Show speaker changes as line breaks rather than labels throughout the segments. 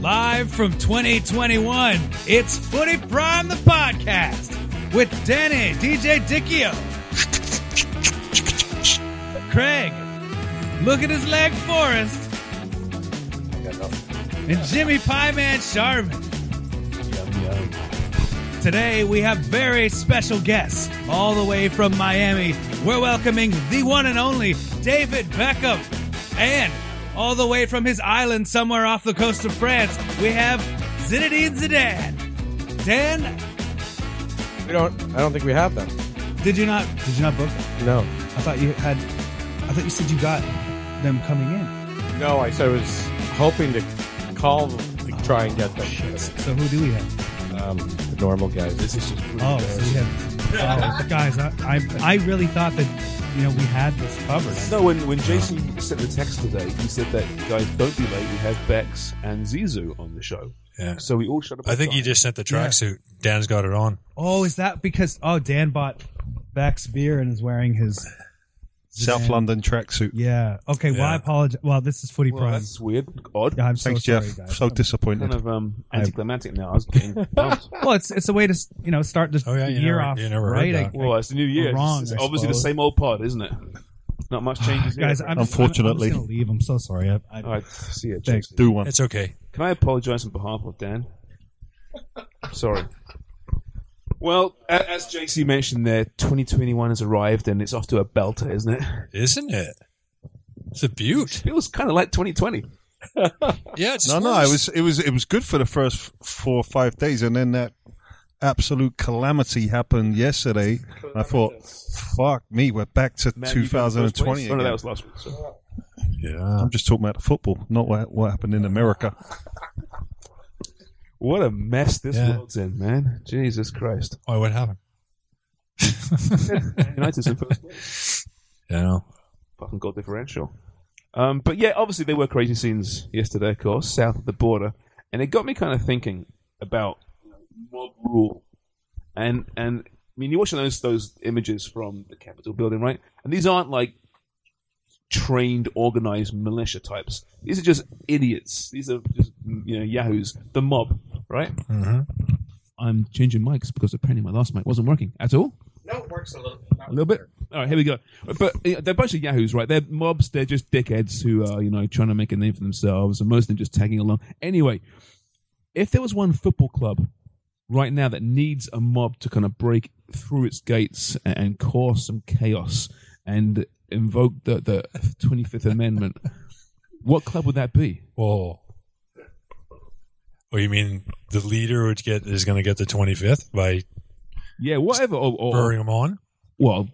Live from 2021, it's Footy Prime the podcast with Danny, DJ Dicchio, Craig, look at his leg, Forrest, and Jimmy Pieman Sharman. Today we have very special guests all the way from Miami. We're welcoming the one and only David Beckham. And all the way from his island somewhere off the coast of France, we have Zinedine Zidane. Dan,
We don't. I don't think we have them.
did you not did you not book them?
No.
I thought you had I thought you said you got them coming in.
No. I said I was hoping to call to try and get them.
So who do we have?
Um, the normal guys. This is just.
Oh, so we have oh, guys, I, I I really thought that you know we had this covered.
No, when, when Jason sent the text today, he said that guys, don't be late. We have Bex and Zizu on the show,
Yeah.
so we all shut up.
I think you just sent the tracksuit. Dan's got it on.
Oh, is that because oh Dan bought Beck's beer and is wearing his
South London tracksuit.
Yeah. Okay. Well, I
Yeah.
apologize. Well, this is footy
Well,
prime.
that's weird, odd,
Yeah, I'm
Thanks,
so sorry,
Jeff.
guys.
So
I'm-
disappointed.
kind of um, anticlimactic. Now I was getting bumped.
well, it's it's a way to you know start the
Oh, yeah, you
year
never-
off
you never heard
right.
that.
I-
Well, it's the new year. It's-
Wrong,
it's
I
obviously the
suppose.
same old pod, isn't it? Not much changes, here,
guys,
but-
I'm
Unfortunately.
just, I'm, I'm just gonna leave. I'm so sorry. I, I,
all right, see you.
Thanks.
Jason.
Do one.
It's okay.
Can I apologise on behalf of Dan? Sorry. Well, a- as JC mentioned, there 2021 has arrived and it's off to a belter, isn't it?
Isn't it? It's a beaut.
Feels kind of like 2020.
Yeah, it's
No, no, it was it was it was good for the first four or five days, and then that absolute calamity happened yesterday. And I thought, fuck me, we're back to
Man, you got first place.
2020.
Oh, no,
again.
that was last week. So.
I'm just talking about the football, not what what happened in America.
What a mess this
Yeah.
world's in, man. Jesus Christ.
Oh, what happened?
United's in first place.
Yeah.
Fucking goal differential. Um, but yeah, obviously there were crazy scenes yesterday, of course, south of the border, and it got me kind of thinking about you know, mob rule. And and I mean, you're watching those those images from the Capitol building, right? And these aren't like trained, organized militia types. These are just idiots. These are just you know yahoos, the mob, right? I'm changing mics because apparently my last mic wasn't working at all. No, it works a little. A little bit. All right, here we go. But you know, they're a bunch of yahoos, right? They're mobs. They're just dickheads who are, you know, trying to make a name for themselves, and most of them just tagging along. Anyway, if there was one football club right now that needs a mob to kind of break through its gates and, and cause some chaos and invoke the the 25th Amendment, what club would that be?
Whoa. Oh, you mean the leader would get is going to get the 25th by
Yeah, whatever. Or, or
spurring him on?
well,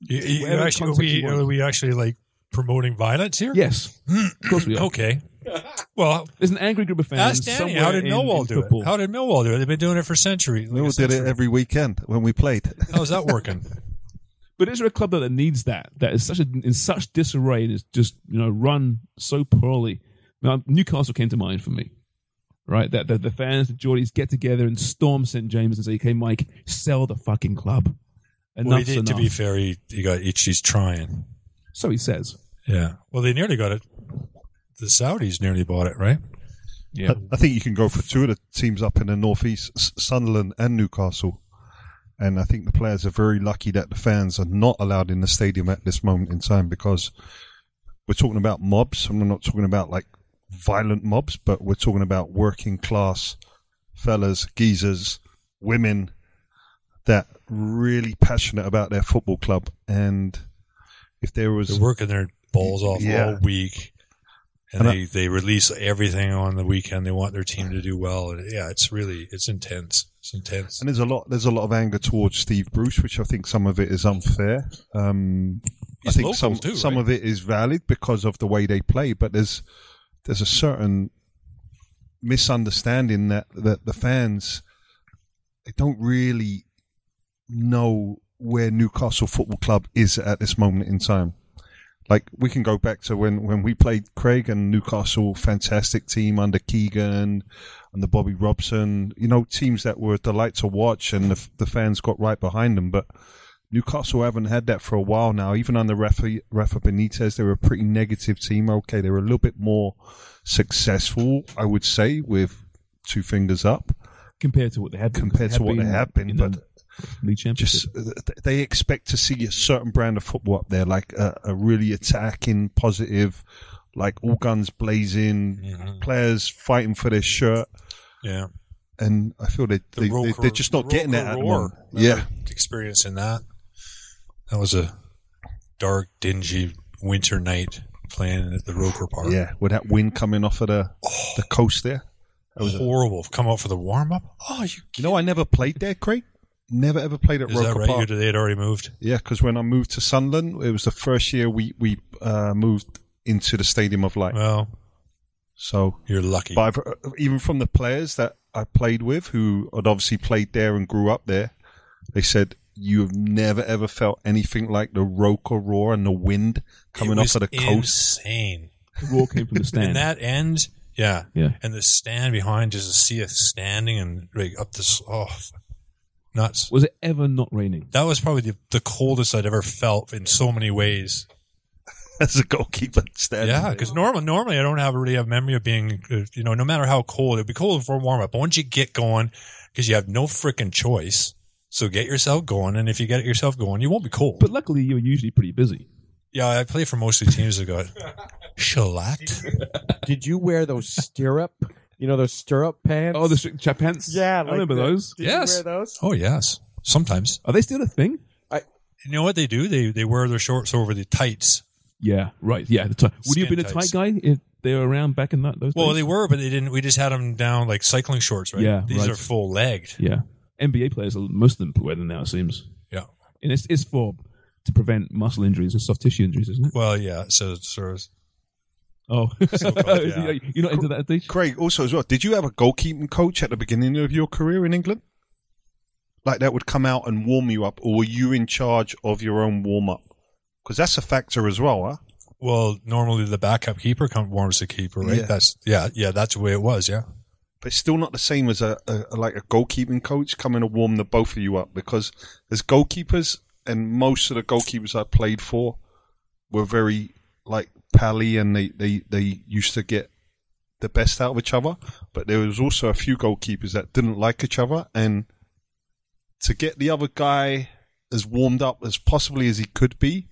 You, you- you
Whatever
actually, are,
concept
we,
you want.
are we actually like promoting violence here?
yes, of course we are.
Okay. Well,
There's an angry group of fans.
ask Danny.
somewhere
How did
in-
Millwall
in
do
football.
it? How did Millwall do it? They've been doing it for centuries.
We all did it every weekend when we played.
How's that working?
But is there a club that needs that? That is such a, in such disarray and is just you know run so poorly. Now Newcastle came to mind for me, right? That, that the fans, the Geordies, get together and storm St James and say, "Okay, Mike, sell the fucking club."
well, he
Enough's
did,
enough.
to be fair, he, he got each. He's trying.
so he says.
Yeah. Well, they nearly got it. The Saudis nearly bought it, right?
Yeah.
I think you can go for two of the teams up in the northeast, S- Sunderland and Newcastle, And I think the players are very lucky that the fans are not allowed in the stadium at this moment in time because we're talking about mobs. and we're not talking about like violent mobs, but we're talking about working class fellas, geezers, women that really passionate about their football club. And if there was
They're working their balls off
Yeah.
all week, and,
And I-
they, they release everything on the weekend. They want their team to do well. And yeah, it's really it's intense. It's intense.
And there's a lot. There's a lot of anger towards Steve Bruce, which I think some of it is unfair. Um, I
He's
think
local
some
too,
some
right?
of it is valid because of the way they play, but there's there's a certain misunderstanding that that the fans they don't really know where Newcastle Football Club is at this moment in time. Like we can go back to when, when we played Craig and Newcastle, fantastic team under Keegan and the Bobby Robson, you know, teams that were a delight to watch and the, the fans got right behind them. But Newcastle haven't had that for a while now. Even under Rafa, Rafa Benitez, they were a pretty negative team. Okay, they were a little bit more successful, I would say, with two fingers up
compared to what they had been,
compared to what they have been.
in
But
the league championship.
just uh, th- they expect to see a certain brand of football up there, like a, a really attacking, positive, like all guns blazing,
Mm-hmm.
players fighting for their shirt.
Yeah,
And I feel they,
The
they,
Roker-
they they're just not
the
getting that
Roker
at the
roar.
moment.
Remember
Yeah,
experiencing that. That was a dark, dingy winter night playing at the Roker Park.
yeah. With that wind coming off of the
Oh.
the coast there,
horrible. Come out for the warm up. Oh, you
you know, I never played there, Craig. Never ever played at
is
Roker
that right?
Park.
You they had already moved.
Yeah, because when I moved to Sunderland, it was the first year we we uh, moved into the Stadium of Light.
Well,
So
you're lucky.
But I've, uh, even from the players that I played with, who had obviously played there and grew up there, they said you have never ever felt anything like the roker roar and the wind coming
It
off
was
of the coast.
Insane.
the roar came from the stand.
And that end, yeah,
Yeah.
and the stand behind just a sea of standing and like up this oh nuts.
was it ever not raining?
That was probably the, the coldest I'd ever felt in so many ways.
As a goalkeeper, standing.
Yeah,
there.
because normally, normally I don't have really have memory of being, uh, you know, no matter how cold, it'd be cold for warm up. But once you get going, because you have no freaking choice, so get yourself going. And if you get yourself going, you won't be cold.
But luckily, you're usually pretty busy.
yeah, I play for mostly teams that got shellacked.
Did you wear those stirrup? You know those stirrup pants?
Oh, the strict chap pants.
yeah.
I
like
remember
the-
those.
Did
Yes.
you wear those?
Oh yes, sometimes.
Are they still a thing?
You know what they do? They they wear their shorts over the tights.
Yeah, right. Yeah, the tight. Would you have
Skin
been a tight
tights.
guy if they were around back in that those
Well, they
days?
were, but they didn't. We just had them down like cycling shorts, right?
Yeah,
these
right.
are full legged.
Yeah, NBA players, most of them wear them now. It seems,
Yeah.
and it's it's for to prevent muscle injuries and soft tissue injuries, isn't it?
Well, yeah. So, so
Oh,
So-called, yeah.
you're not into that, Dish?
Craig, also as well, did you have a goalkeeping coach at the beginning of your career in England? Like that would come out and warm you up, or were you in charge of your own warm up? Because that's a factor as well, huh?
well, normally the backup keeper come, warms the keeper, right?
Yeah.
That's yeah, yeah. That's the way it was. Yeah.
but it's still not the same as a, a like a goalkeeping coach coming to warm the both of you up because as goalkeepers and most of the goalkeepers I played for were very like pally and they, they, they used to get the best out of each other. But there was also a few goalkeepers that didn't like each other and to get the other guy as warmed up as possibly as he could be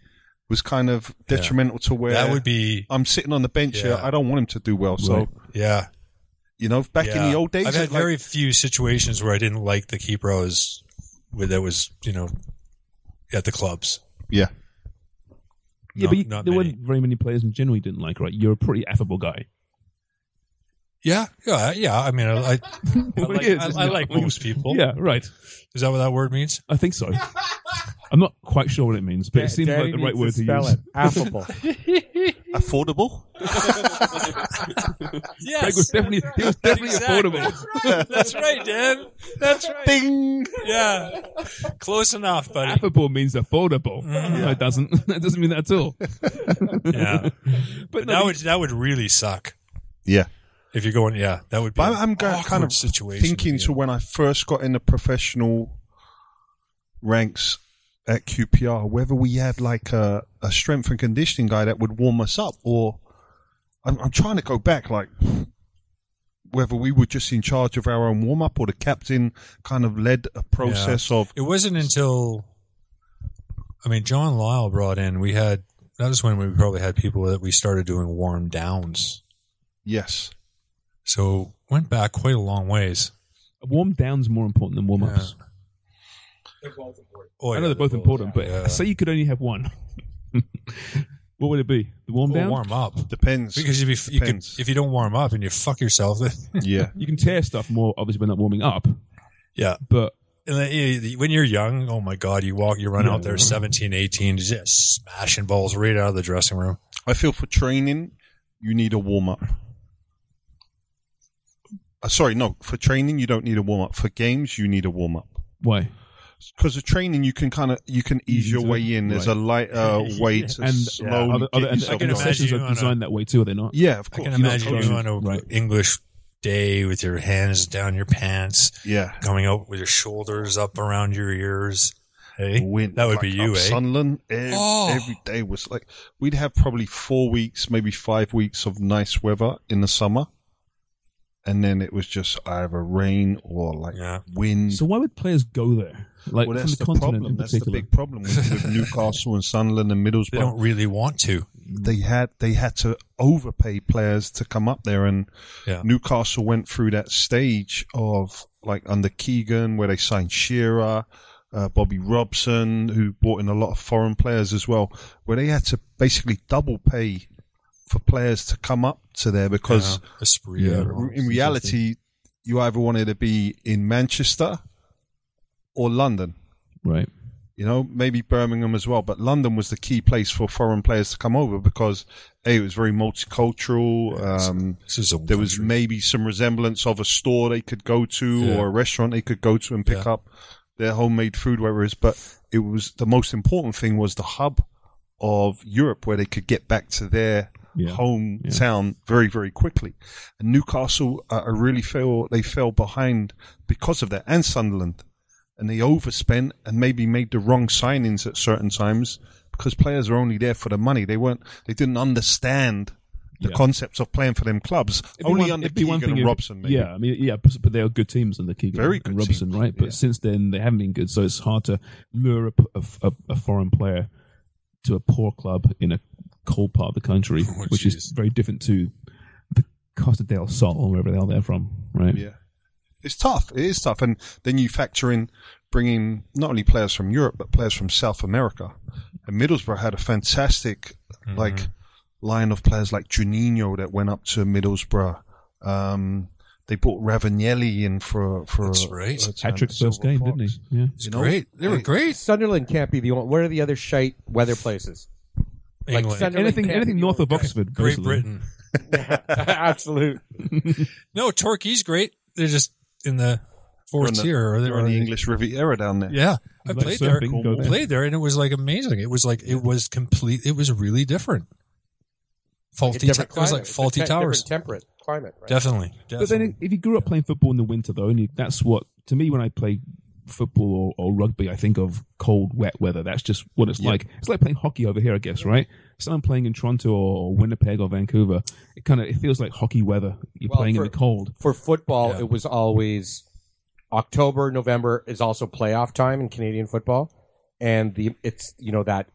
was kind of detrimental to where
That would be
I'm sitting on the bench here.
Yeah.
I don't want him to do well. So,
Right.
yeah.
you know, back in
yeah.
the old days,
I've had
it, like-
very few situations where I didn't like the keeper I was with. That was you know at the clubs.
yeah.
Yeah, but you,
not
there
many.
weren't very many players in general you didn't like, right? You're a pretty affable guy.
Yeah, yeah, yeah. I mean, I, I, I like,
It is,
I-
isn't
I
it?
like most people.
Yeah, right.
Is that what that word means?
I think so. I'm not quite sure what it means, but
Yeah,
it seems like
Danny
the
needs
right word to
spell
use.
It. Affable.
affordable.
Craig was definitely he was definitely
Exactly.
affordable.
That's right, Dan. That's right. Yeah. Close enough, buddy.
Affable means affordable.
Mm-hmm.
No, it doesn't. That doesn't mean that at all.
Yeah.
But
That
no,
would that would really suck
Yeah,
if you're going. Yeah, that would be.
but
an
I'm, I'm go-
awkward
kind of
situation
thinking
to
to
be
when I first got in the professional ranks at QPR, whether we had like a, a strength and conditioning guy that would warm us up, or I'm, I'm trying to go back. Like whether we were just in charge of our own warm up or the captain kind of led a process
Yeah.
of
It wasn't until, I mean, John Lyle brought in. We had that was when we probably had people that we started doing warm downs.
yes,
So went back quite a long ways.
Warm down's more important than warm ups.
Oh,
I
yeah,
know they're both important, but
yeah.
say you could only have one. what would it be? The warm
Well,
down?
warm up
depends
because if you, you could,
Depends.
if you don't warm up and you fuck yourself, then-
yeah.
You can tear stuff more, obviously, when not warming up,
yeah.
but
And then, you- when you're young, oh my god, you walk, you run out there, 17, 18, just smashing balls right out of the dressing room.
I feel for training, you need a warm up. Uh, sorry, no. For training, you don't need a warm up. For games, you need a warm up
why?
because of training, you can kind of you can ease your
Easy to-
way in. There's a
right.
lighter way to
And
slowly
other,
get
other, and,
yourself
I can
going.
other
imagine
sessions
you
are
on a-
designed that way too, are they not?
Yeah, of
I
course.
can
You're not
imagine you
driving.
on a
Right.
English day with your hands down your pants,
Yeah,
coming out with your shoulders up around your ears. Hey,
Wind,
that would
like,
be you,
up
eh?
Sunderland ev-
Oh.
every day was like we'd have probably four weeks, maybe five weeks of nice weather in the summer, and then it was just either rain or Oh, like
Yeah.
wind.
So why would players go there? Like
well,
from
that's
the,
the,
continent
problem.
in
That's the
particular.
big problem with, with Newcastle and Sunderland and
they don't
Middlesbrough.
really want to.
They had they had to overpay players to come up there, and
Yeah.
Newcastle went through that stage of like under Keegan where they signed Shearer, uh, Bobby Robson, who brought in a lot of foreign players as well, where they had to basically double pay for players to come up to there because
Yeah, Esprit, I don't know.
in reality, you either wanted to be in Manchester or London
right.
you know, maybe Birmingham as well, but London was the key place for foreign players to come over because a it was very multicultural. Um,
This is a
there was
country.
maybe some resemblance of a store they could go to
Yeah.
or a restaurant they could go to and pick
Yeah.
up their homemade food, whatever it is. But it was the most important thing was the hub of Europe where they could get back to their
Yeah.
hometown very, very quickly. And Newcastle, uh, I really feel they fell behind because of that, and Sunderland. And they overspent and maybe made the wrong signings at certain times because players are only there for the money. They weren't, they didn't understand the
Yeah.
concepts of playing for them clubs.
It'd be
only
one-
under
it'd be one
Keegan
thing
and
if-
Robson, maybe.
Yeah, I mean, yeah, but but they are good teams under Keegan
Very
and
good
Robson,
teams,
right? But
yeah.
since then, they haven't been good, so it's hard to lure a, a- a- a foreign player to a poor club in a cold part of the country,
Oh,
which is
jeez.
very different to the Costa del Sol or wherever the hell they're from, right?
Yeah. It's tough. It is tough. And then you factor in bringing not only players from Europe, but players from South America. And Middlesbrough had a fantastic,
Mm-hmm.
like, line of players like Juninho that went up to Middlesbrough. Um, they brought Ravanelli in for, for
That's right.
a time
Patrick
at
first
Silver
game,
Fox.
didn't he? Yeah.
It's
you know,
great. They were
they-
great.
Sunderland can't be the only. Where are the other shite weather places?
England,
Sunderland
Anything,
can't
anything
be the
north
only-
of Oxford,
Great
basically.
Britain.
Absolute.
No, Torquay's great. They're just in the
They're
fourth
on the-
tier. Or
they're on
they're
the English Riviera down there.
Yeah, I
Like
played there.
surfing, go there.
Played there, and it was like amazing. It was like it was complete. It was really different. Faulty.
different
ta- it was
climate.
like
It's a
faulty
te-
towers.
Different temperate climate. Right?
Definitely.
But
definitely.
then, if you grew up playing football in the winter, though, and you, that's what to me when I play football or, or rugby, I think of cold, wet weather. That's just what it's like. It's like playing hockey over here, I guess, right? Someone playing in Toronto or Winnipeg or Vancouver, it kind of it feels like hockey weather. You're
Well,
playing
for-
in the cold.
For football,
Yeah.
it was always October, November is also playoff time in Canadian football, and the it's you know that.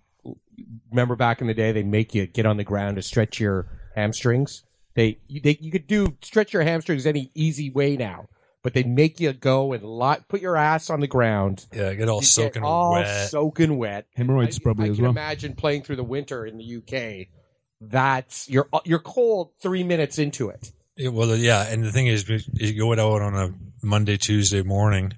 Remember back in the day, they make you get on the ground to stretch your hamstrings. They you, they you could do stretch your hamstrings any easy way now, but they make you go and lot put your ass on the ground.
yeah, I get all
You get
soaking
all
wet.
soaking wet.
Hemorrhoids
I-
probably
I
as
can
well.
imagine playing through the winter in the UK. That's you're you're cold three minutes into it.
It- well, yeah, and the thing is, is you go out on a Monday, Tuesday morning.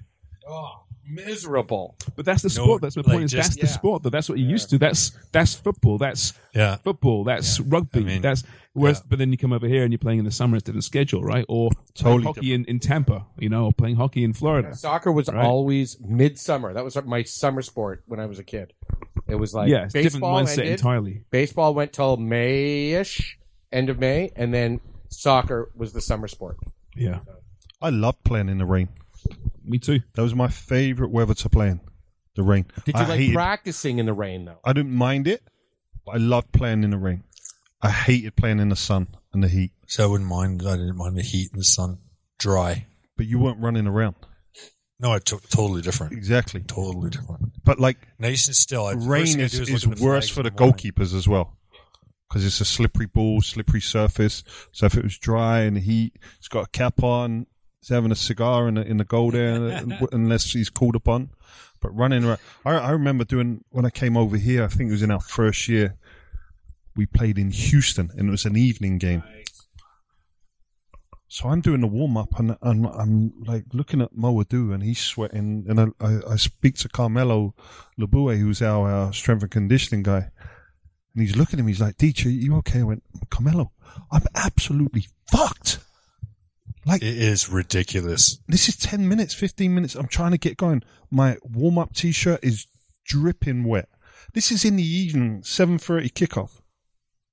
Oh, miserable.
But that's the
No,
sport. That's my
like
point. Is
just-
that's the
yeah.
sport. Though that's what you're used to. That's that's football. That's
Yeah.
football. That's rugby.
I mean,
that's whereas, but then you come over here and you're playing in the summer. It's a different schedule, right? Or
Totally
playing hockey in, in Tampa, you know, or playing hockey in Florida.
Soccer was
Right.
always midsummer. That was my summer sport when I was a kid. It was like
yeah, it's a different
baseball
mindset
ended.
entirely.
Baseball went till Mayish, end of May, and then soccer was the summer sport.
Yeah,
I loved playing in the rain.
me too.
That was my favorite weather to play in, the rain.
Did you
I
like
hated-
practicing in the rain though?
I didn't mind it, but I loved playing in the rain. I hated playing in the sun and the heat.
So I wouldn't mind. I didn't mind the heat and the sun. dry.
but you weren't running around.
No, it's t- totally different.
Exactly.
Totally different.
But like
Nice and still. I, first
rain
thing I
is,
do
is
look at the
worse
flags
for
in
the
morning.
goalkeepers as well because it's a slippery ball, slippery surface. So if it was dry and he, he's got a cap on, he's having a cigar in the, in the goal there, and- and- unless he's called upon. But running around, I, I remember doing when I came over here. I think it was in our first year. We played in Houston, and it was an evening game. So I'm doing the warm up and, and I'm like looking at Mo Adu and he's sweating. And I, I, I speak to Carmelo Labue, who's our, uh strength and conditioning guy. And he's looking at me, he's like, Deech, are you okay? I went, Carmelo, I'm absolutely fucked. Like,
It is ridiculous.
this is 10 minutes, 15 minutes. I'm trying to get going. My warm up t shirt is dripping wet. This is in the evening, 7.30 kickoff.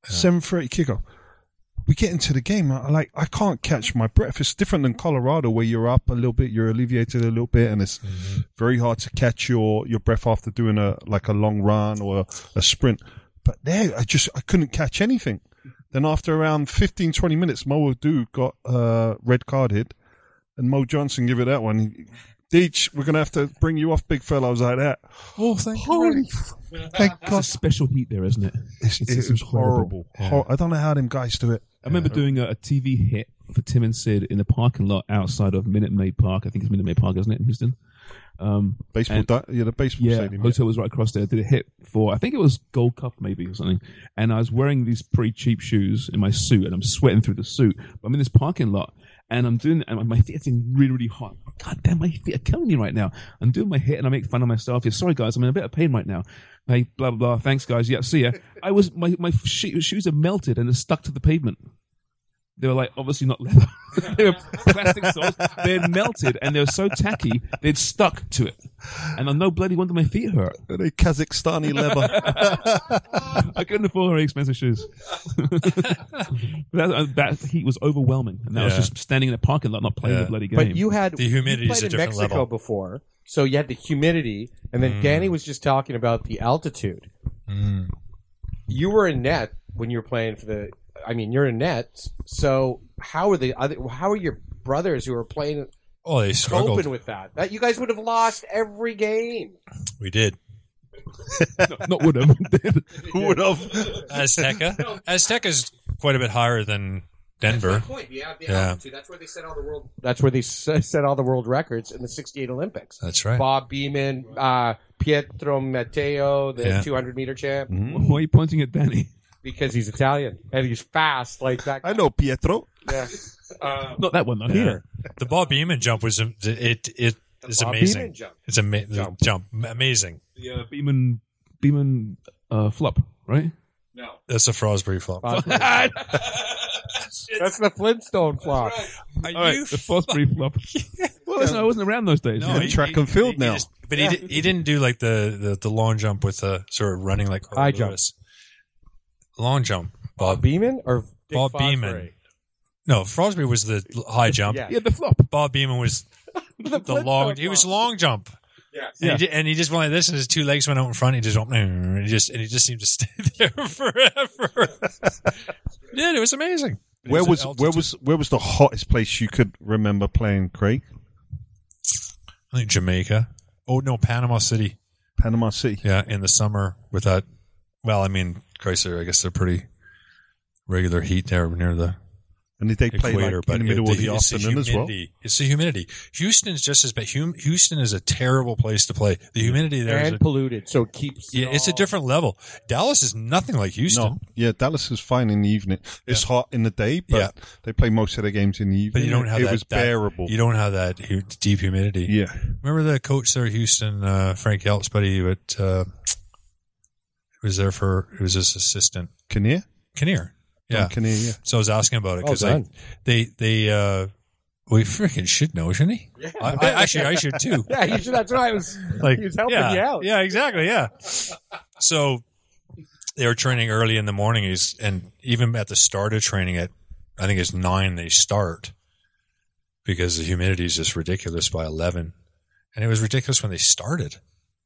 7.30 kickoff. We get into the game. I, like, I can't catch my breath. It's different than Colorado where you're up a little bit, you're alleviated a little bit, and it's very hard to catch your, your breath after doing a, like a long run or a, sprint. But there, I just, I couldn't catch anything. Then after around 15, 20 minutes, Mo Adu got uh, red carded and Mo Johnson give it that one. Deech, we're gonna have to bring you off, big fella. I was like that.
Oh, thank
Holy, f- thank
It's a
God!
special heat there, isn't it?
It's,
It's-
it
it's
was
incredible.
horrible. Hor- Oh, I don't know how them guys do it.
I remember doing a, a TV hit for Tim and Sid in the parking lot outside of Minute Maid Park. I think it's Minute Maid Park, isn't it, in Houston? Um,
Baseball,
and-
di- yeah, the baseball
yeah,
stadium.
hotel was right across there. I did a hit for I think it was Gold Cup maybe or something. And I was wearing these pretty cheap shoes in my suit, and I'm sweating through the suit. But I'm in this parking lot, and I'm doing and my feet are getting really really hot. God damn, my feet are killing me right now. I'm doing my hit, and I make fun of myself. Yeah, sorry guys, I'm in a bit of pain right now. Hey, blah blah blah. Thanks guys. Yeah, see ya. I was my my sho- shoes are melted and are stuck to the pavement. They were like obviously not leather. they were plastic soles. They had melted and they were so tacky they'd stuck to it. And I no bloody wonder my feet hurt.
Yeah. The Kazakhstani leather.
I couldn't afford very expensive shoes. that, uh, that heat was overwhelming, and that was
Yeah.
just standing in a parking lot not playing
Yeah.
the bloody game.
But you had
The humidity
you
is
played
a
in
different
Mexico
level. Mm.
before, so you had the humidity, and then Danny was just talking about the altitude. You were in net when you were playing for the. I mean, you're in net. So how are the other? How are your brothers who are playing
Oh, they struggled.
open with that? That you guys would have lost every game.
we did.
not would have.
Would have.
Azteca. Azteca's quite a bit higher than Denver.
Point. Yeah, the
Yeah.
altitude. That's where they set all the world. That's where they s- set all the world records in the '68 Olympics.
That's right.
Bob Beeman, uh, Pietro Matteo, the
Yeah. Mm-hmm.
200 meter champ.
Hmm.
Why are you pointing at Danny?
because he's Italian and he's fast like that.
I know Pietro.
Not that one though. Here,
The Bob Beeman jump was am- it it is
Bob
amazing.
Beeman jump.
It's ama- the
Jump.
jump amazing.
the uh, Beeman Beeman uh, flop, right?
That's a Frosbury flop.
That's the Flintstone flop.
Are
All right,
you
the Fosbury flop. well, listen, I wasn't around those days.
No, he-
track and field now.
just- but he, di- he didn't do like the, the, the long jump with the sort of running like Carl
High jump.
Lewis. Long jump. Bob.
Beeman or Dick
Bob
Fosbury?
Beeman. no, Frosby was the l- high jump.
Yeah.
yeah, the flop.
Bob Beeman was the, long. He was long jump.
Yes.
And, he did, and he just went like this, and his two legs went out in front. He just went, and he just and he just seemed to stay there forever. yeah, it was amazing.
Where
It
was
an
where
altitude-
was where was the hottest place you could remember playing? Craig,
I think Jamaica? Oh no, Panama City.
Panama City.
Yeah, in the summer with that. Well, I mean, Chrysler. I guess they're pretty regular heat there near the
And did they play like,
equator,
in
but
the middle
it-
of the
it's
afternoon as well?
humidity. It's the humidity. Houston's just as bad. Hum- Houston is a terrible place to play. The humidity there is
And
a,
polluted, so it keeps.
yeah, it's a different level. Dallas is nothing like Houston.
No, yeah, Dallas is fine in the evening. It's hot in the day, but
Yeah.
they play most of their games in the evening.
But you don't have
it
that,
was
that-
bearable.
You don't have that hu- deep humidity.
yeah,
Remember the coach there, Houston, uh, Frank Yelt's buddy, but uh, he was there for he was his assistant,
Kinnear.
Kinnear. Yeah,
Tom Kinnear, yeah.
So I was asking about it
Well
because like
done.
they they uh we freaking should know, shouldn't he? Yeah. I, I, actually, I should too.
Yeah, you should, that's right. I was,
Like
he was helping
yeah,
you out.
yeah, exactly, yeah. So they were training early in the morning. He's and even at the start of training at I think it's nine they start because the humidity is just ridiculous by eleven, and it was ridiculous when they started.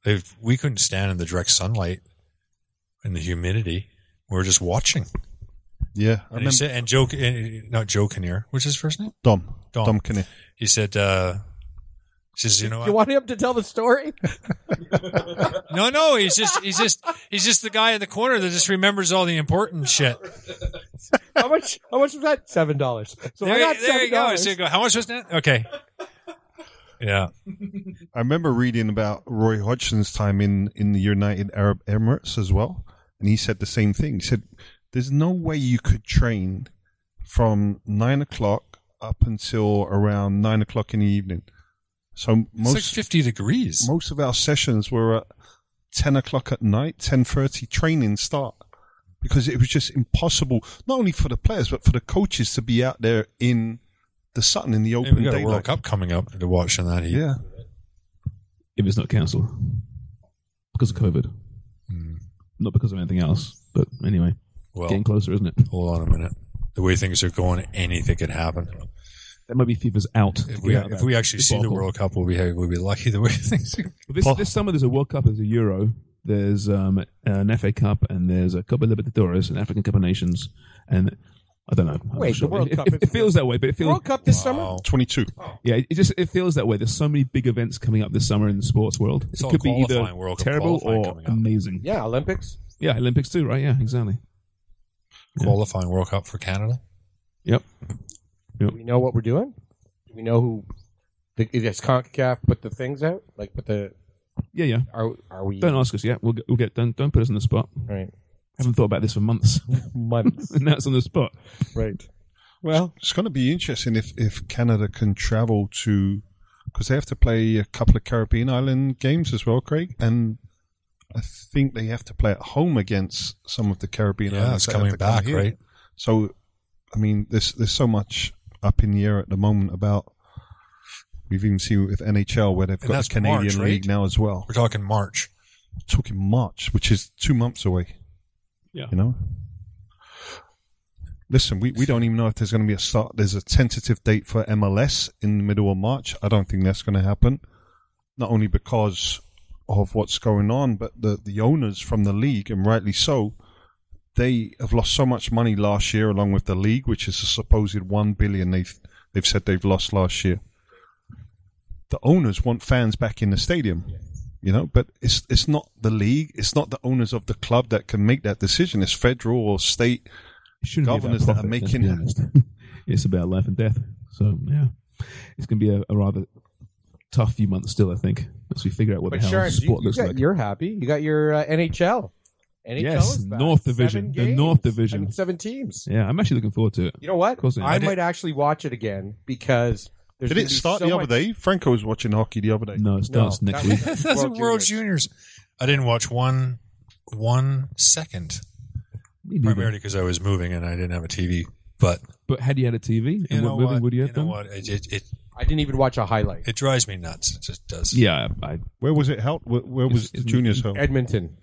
They, we couldn't stand in the direct sunlight and the humidity. We were just watching.
Yeah, I
And, eh, he
remember
said, and Joe, and- not Joe Kinnear. What's his first name?
Dom.
Dom.
Dom Kinnear.
He said, uh, he says, you know what?
You want him to tell the story?
No, no, he's just he's just he's just the guy in the corner that just remembers all the important shit.
how much? How much was that? Seven dollars. So
There,
I got
there
seven
you go. So you
dollars.
go. How much was that? Okay. Yeah.
I remember reading about Roy Hodgson's time in, in the United Arab Emirates as well. And he said the same thing. He said, There's no way you could train from nine o'clock up until around nine o'clock in the evening. So
It's
most
like 50 degrees.
most of our sessions were at 10 o'clock at night 10.30 training start because it was just impossible not only for the players but for the coaches to be out there in the sun in the
Hey, we
open
got a
daylight
World Cup coming up to watch on that heat.
yeah
if it's not cancelled because of COVID,
Hmm.
not because of anything else. But anyway,
Well,
getting closer, isn't it?
hold on a minute. The way things are going, anything could happen.
That might be FIFA's out.
If we, if we actually see the World Cup, we'll be we'll be lucky the way things. Are.
Well, this, this summer there's a World Cup, there's a Euro, there's um, an FA Cup, and there's a Copa Libertadores, an African Cup of Nations, and I don't know. I'm not
Wait, the
sure.
World
It-
Cup
It,
is-
it feels that way, but it feels
World Cup this summer.
22
yeah. It just it feels that way. There's so many big events coming up this summer in the sports world.
It's
it
all
could be either
qualifying, World Cup
terrible
qualifying
or
coming up.
amazing.
Yeah, Olympics.
Yeah, Olympics too, right? Yeah, exactly.
Qualifying World Cup for Canada.
Yep.
Do we know what we're doing? Do we know who? The, does Concacaf put the things out? Like, put the
Yeah, yeah.
are are we
Don't ask us yet. We'll get, we'll get done. Don't put us on the spot.
right
Haven't thought about this for months.
months?
and that's on the spot.
right.
well it's going to be interesting if, if canada can travel to because they have to play a couple of caribbean island games as well craig and i think they have to play at home against some of the caribbean
Yeah,
islands
it's
that have
coming
to come
back,
here.
right?
So, I mean, there's there's so much up in the air at the moment about. We've even seen with NHL where they've
And
got
that's
a Canadian
March, right?
league now as well.
We're talking March.
We're talking March, which is two months away.
Yeah.
You know. Listen, we, we don't even know if there's going to be a start. There's a tentative date for MLS in the middle of March. I don't think that's going to happen. Not only because of what's going on, but the, the owners from the league, and rightly so, they have lost so much money last year, along with the league, which is a supposed one billion they've they've said they've lost last year. The owners want fans back in the stadium, you know, but it's it's not the league, it's not the owners of the club that can make that decision. It's federal or state.
It shouldn't be about
Governors that are
profit, let's
making-
be honest. it's about life and death. So yeah, it's going to be a, a rather tough few months still. I think once we figure out what
But
the hell
Sharon, you,
sport
you
looks
got,
like.
you're happy. You got your uh, NHL. NHL
Yes,
is back.
North Division.
Seven
The
games.
North Division.
I mean, seven teams.
yeah, I'm actually looking forward to it.
You know what?
Of course it is.
I,
I did-
might actually watch it again because there's
Did
gonna
it
be
start
so
the other
much-
day? Franco was watching hockey the other day.
No, it starts
No,
next
that
week.
was-
That's World, World Juniors. I didn't watch one one second,
Me neither.
primarily because I was moving and I didn't have a TV. But
But had you had a TV
you
and
know
were moving,
what?
would you have
You know
done?
what? It, it, it,
I didn't even watch a highlight.
it drives me nuts. It just does.
Yeah, I,
Where was it held? Where, where
It's-
was the
it's-
juniors held?
Edmonton.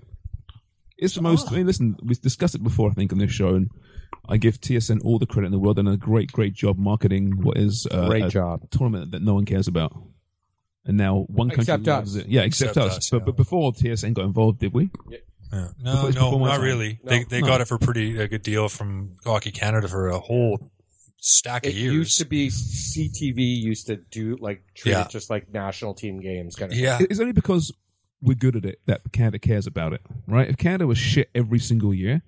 It's the most. I mean, listen, we've discussed it before, I think, on this show, and I give TSN all the credit in the world and a great, great job marketing what is uh,
Great
a
job.
tournament that no one cares about. And now one country
Except
loves
us.
it. Yeah, except,
Except
us.
us,
but,
yeah.
but before TSN got involved, did we?
Yeah. No,
Before-
no,
before my
not
time.
really. they they
No.
got it for pretty a good deal from Hockey Canada for a whole stack
It
of years.
used to be CTV used to do like treat
Yeah.
it just like national team games kind of.
yeah,
It's only because we're good at it that Canada cares about it, right? If Canada was shit every single year,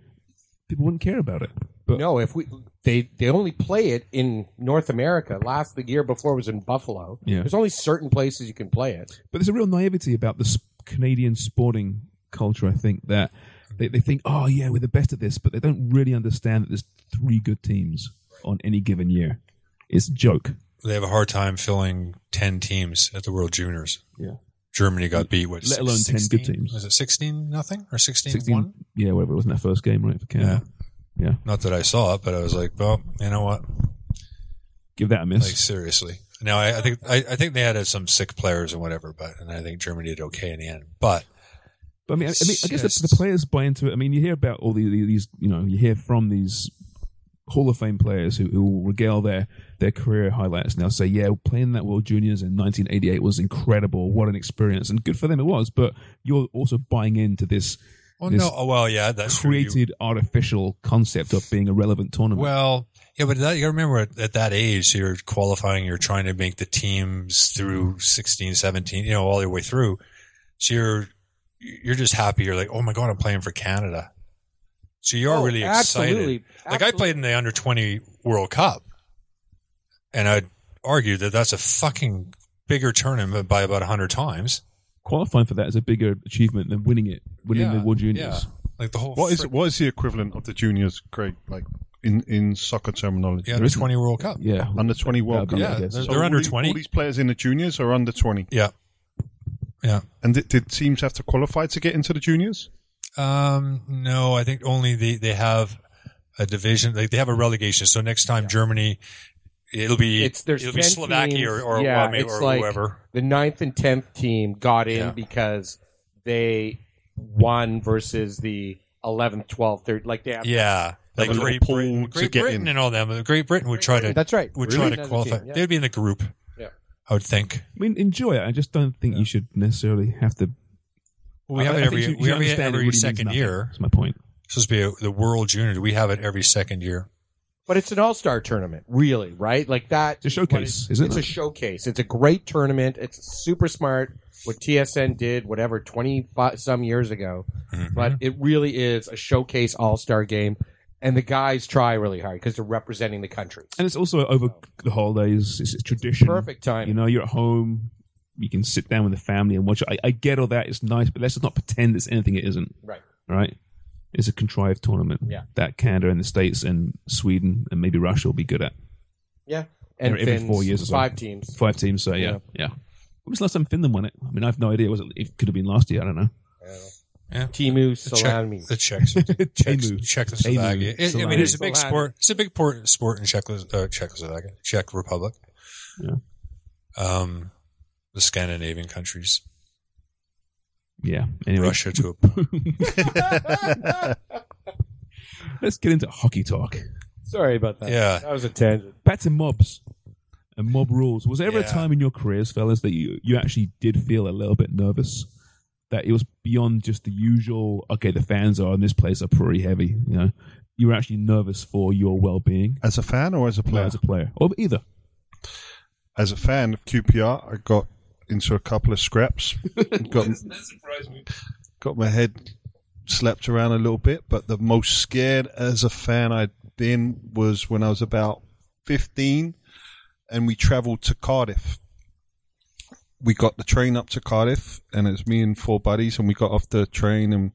people wouldn't care about it. But
No, if we they they only play it in North America. Last the year before was in Buffalo.
Yeah.
There's only certain places you can play it.
But there's a real naivety about the sp- Canadian sporting culture, I think, that they, they think, oh, yeah, we're the best at this, but they don't really understand that there's three good teams on any given year. It's a joke.
they have a hard time filling ten teams at the World Juniors.
Yeah.
Germany got beat. What,
Let alone 10 good teams.
Was it sixteen nothing or 16-1?
16 Yeah, whatever. It wasn't that first game, right, for Canada. Yeah.
Not that I saw it, but I was like, well, you know what?
Give that a miss.
Like seriously. Now I, I think I, I think they had uh, some sick players and whatever, but and I think Germany did okay in the end. But
But I mean, I, I mean, I guess the,
Yes.
the players buy into it. I mean, you hear about all these, these you know, you hear from these Hall of Fame players who, who will regale their, their career highlights and they'll say, yeah, playing that World Juniors in 1988 was incredible. What an experience. And good for them it was. But you're also buying into this
Well,
This
no. Oh, well, yeah, that's true. You-
created artificial concept of being a relevant tournament.
Well, yeah, but that, you gotta remember at, at that age, you're qualifying, you're trying to make the teams through 16, 17, you know, all your way through. So you're, you're just happy. You're like, oh my God, I'm playing for Canada. So you are
Oh,
really excited.
absolutely.
Like I played in the under 20 World Cup and I'd argue that that's a fucking bigger tournament by about 100 times.
Qualifying for that is a bigger achievement than winning it, winning the World Juniors.
Yeah. Like the whole,
What is
frick-
what is the equivalent of the juniors, Craig? Like in in soccer terminology,
the under 20 World Cup?
Yeah.
under twenty World Cup.
That'd be
Yeah,
I guess.
they're,
So
they're
all
under
these- All
20.
these players in the juniors are under twenty,
Yeah. Yeah.
and did, did teams have to qualify to get into the juniors?
Um, no, I think only the, they have a division. Like they have a relegation. So next time Germany, it'll be
It's there's
it'll be
10
Slovakia
teams.
or or,
yeah,
or, maybe-
it's
or
like
whoever.
The ninth and tenth team got in
Yeah.
because they won versus the eleventh, twelfth, third. Like they have
Yeah,
Have
like
a little
Great
pool
Britain,
to
Great
get
Britain
in.
and all them. Great Britain would try to
That's right.
would
Really?
try
Another
to qualify.
team, yeah.
They'd be in the group.
Yeah.
I would think
I mean, enjoy it. I just don't think you should necessarily have to.
we have
I- I
it
think
every
you- you
we have it
understand
every
really means
second
nothing.
year.
That's my point.
It's supposed to be a, the World Junior. We have it every second year.
But it's an all star tournament, really, right? Like that.
It's a showcase,
what
isn't
it's
it?
a showcase. It's a great tournament. It's super smart what TSN did, whatever, 20 some years ago. But it really is a showcase all star game. And the guys try really hard because they're representing the country.
And it's also over the holidays. It's, it's tradition.
Perfect time.
You know, you're at home. You can sit down with the family and watch it. I, I get all that. It's nice, but let's just not pretend it's anything it isn't.
Right.
Right. It's a contrived tournament
Yeah.
that Canada and the States and Sweden and maybe Russia will be good at.
Yeah. And
every
Finns,
four years or so.
five teams.
Five teams, so yeah,
Yeah.
yeah. When was the last time Finland won it? I mean, I have no idea. Was it? It could have been last year. I don't know.
Timu
The Czech-
Salami.
the Czechs, Czechs,
Timu.
Czechoslovakia. It- I mean, it's a big
Solana.
sport. It's a big port, sport in Czechos, uh, Czechoslovakia, Czech Republic.
Yeah.
Um, the Scandinavian countries,
Yeah. Anyway,
Russia to a
let's get into hockey talk.
Sorry about that.
Yeah.
That was a tangent.
Back to mobs and mob rules. Was there ever
Yeah.
a time in your careers, fellas, that you you actually did feel a little bit nervous? That it was beyond just the usual. Okay, the fans are in this place are pretty heavy. You know, you were actually nervous for your well being
As a fan or as a player?
as a player, or either.
as a fan of QPR, I got into a couple of scraps. got, got my head slapped around a little bit, but the most scared as a fan I'd been was when I was about 15 and we traveled to Cardiff. We got the train up to Cardiff, and it's me and four buddies, and we got off the train, and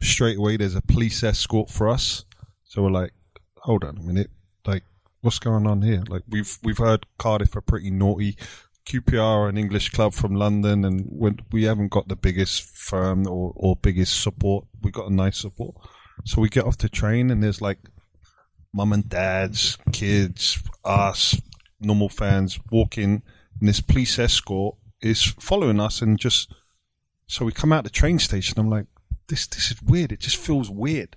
straight away there's a police escort for us. So we're like, hold on a minute, like what's going on here? Like we've we've heard Cardiff are pretty naughty. QPR are an English club from London, and when, we haven't got the biggest firm or, or biggest support. We got a nice support, so we get off the train, and there's like mum and dads, kids, us, normal fans walking, and this police escort is following us, and just so we come out the train station. I'm like, this this is weird. It just feels weird.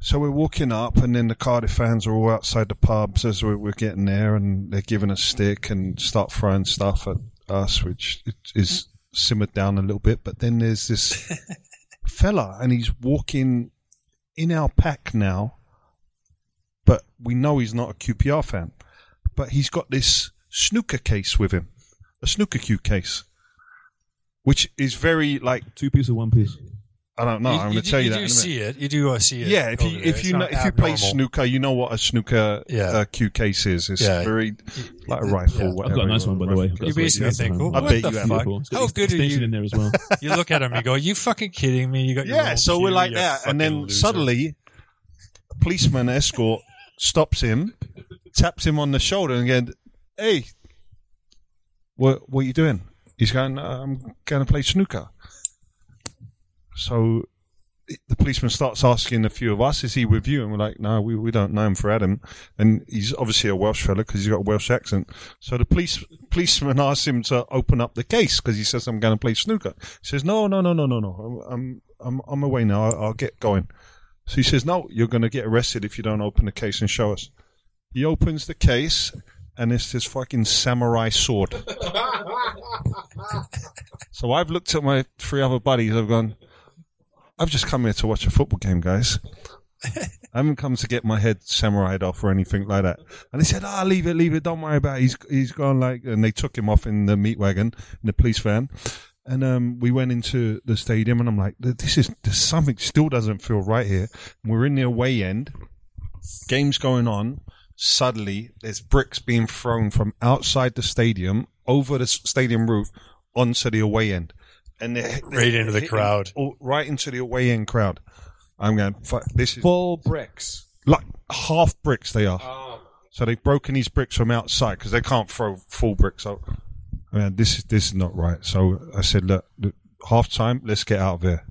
So we're walking up, and then the Cardiff fans are all outside the pubs as we're, we're getting there, and they're giving us stick and start throwing stuff at us, which is simmered down a little bit. But then there's this fella, and he's walking in our pack now, but we know he's not a QPR fan. But he's got this snooker case with him, a snooker cue case, which is very like
Two piece or one piece.
I don't know. Oh, I'm
you
going to tell you
do
that. in a minute.
see it. You do uh, see it.
Yeah, if
over
you
there.
if
It's
you
not
know, if you play
abnormal.
snooker, you know what a snooker
Yeah.
uh, cue case is. It's
Yeah.
very like a
Yeah.
rifle.
I've got
I've
whatever
got a nice
you-
one, by the way. I've got
You
a slightly
basically
nice
think,
one.
well,
I
what
bet
the
you have.
fuck?
Beautiful. It's got
How
ex-
good are
extension
you?
in there as well.
You look at him, you go, "You fucking kidding me?" You got your
Yeah,
little
so we're
cue,
like
you
that, and then
fucking loser.
suddenly, a policeman escort stops him, taps him on the shoulder, and goes, "Hey, what what are you doing?" He's going, "Uh, "I'm going to play snooker." So the policeman starts asking a few of us, "Is he with you?" And we're like, "No, we, we don't know him for Adam." And he's obviously a Welsh fella because he's got a Welsh accent. So the police policeman asks him to open up the case because he says, "I'm going to play snooker." He says, "No, no, no, no, no, no. I'm I'm I'm, I'm away now. I'll, I'll get going." So he says, "No, you're going to get arrested if you don't open the case and show us." He opens the case, and it's this fucking samurai sword. so I've looked at my three other buddies. I've gone, I've just come here to watch a football game, guys. I haven't come to get my head samurai'd off or anything like that. And they said, "Ah, leave it, leave it. Don't worry about it. He's he's gone." Like, and they took him off in the meat wagon in the police van. And um, we went into the stadium, and I'm like, "This is there's something still doesn't feel right here." We're in the away end. Game's going on. Suddenly, there's bricks being thrown from outside the stadium over the s- stadium roof onto the away end, and they're, they're
Right into the
hitting
crowd.
all- right into the away end crowd. I'm going. Fuck, this is
Full bricks.
like half bricks they are.
Oh.
So they've broken these bricks from outside because they can't throw full bricks out. I mean, this is this is not right. So I said, look, look, half time, let's get out of here.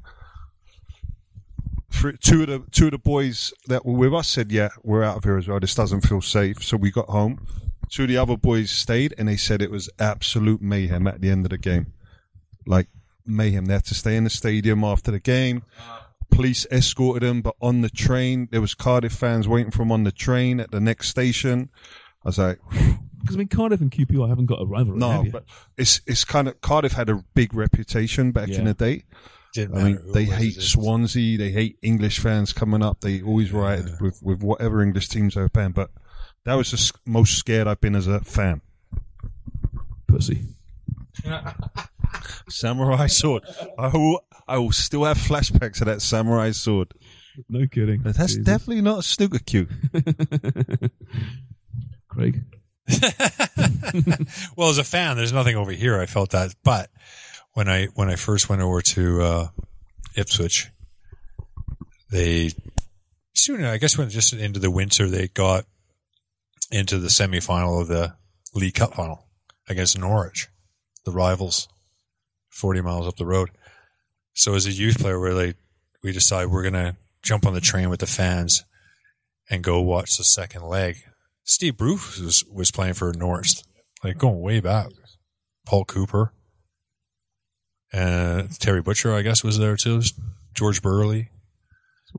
Three- Two of the two of the boys that were with us said, "Yeah, we're out of here as well. This doesn't feel safe." So we got home. Two of the other boys stayed, and they said it was absolute mayhem at the end of the game, like mayhem. They had to stay in the stadium after the game police escorted him, but on the train there was Cardiff fans waiting for him on the train at the next station. I was like,
Because I mean, Cardiff and QPR haven't got a rivalry.
no,
have you?
but it's it's kind of Cardiff had a big reputation back in
Yeah.
the day. I
Didn't matter
mean,
who
they
it was,
hate
it's-
Swansea, they hate English fans coming up. They always rioted with with whatever English teams they were playing. But that was the s- most scared I've been as a fan.
pussy.
Samurai sword. I will I will still have flashbacks of that samurai sword.
No kidding.
But that's
Jesus.
definitely not a snooker cue.
Craig.
well, as a fan, there's nothing over here. I felt that, but when I when I first went over to uh, Ipswich, they soon I guess when just into the winter they got into the semifinal of the League Cup final against Norwich, the rivals, forty miles up the road. So as a youth player, where they we decide we're gonna jump on the train with the fans and go watch the second leg. Steve Bruce was, was playing for Norwich like going way back. Paul Cooper, uh, Terry Butcher, I guess, was there too. George Burley,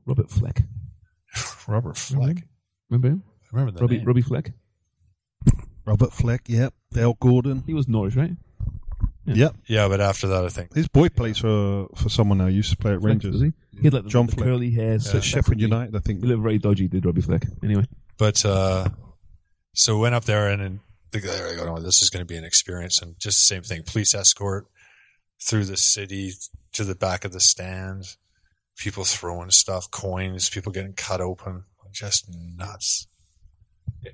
Robert Fleck.
Robert Fleck.
Mm-hmm. Remember him?
Mm-hmm. I remember that.
Robbie,
name.
Robbie Fleck.
Robert Fleck, yep. Dale Gordon,
He was Norwich, right?
yep.
Yeah, but after that, I think
His boy plays for for someone I used to play at
Fleck,
Rangers.
was he? He had like the,
John
the
Fleck.
curly hair.
It's at Sheffield United, I
He
think.
looked very dodgy, did Robbie Fleck. Anyway.
But uh, so went up there and, and the guy I go, oh, this is going to be an experience, and just the same thing. Police escort through the city to the back of the stand. People throwing stuff, coins, people getting cut open, just nuts.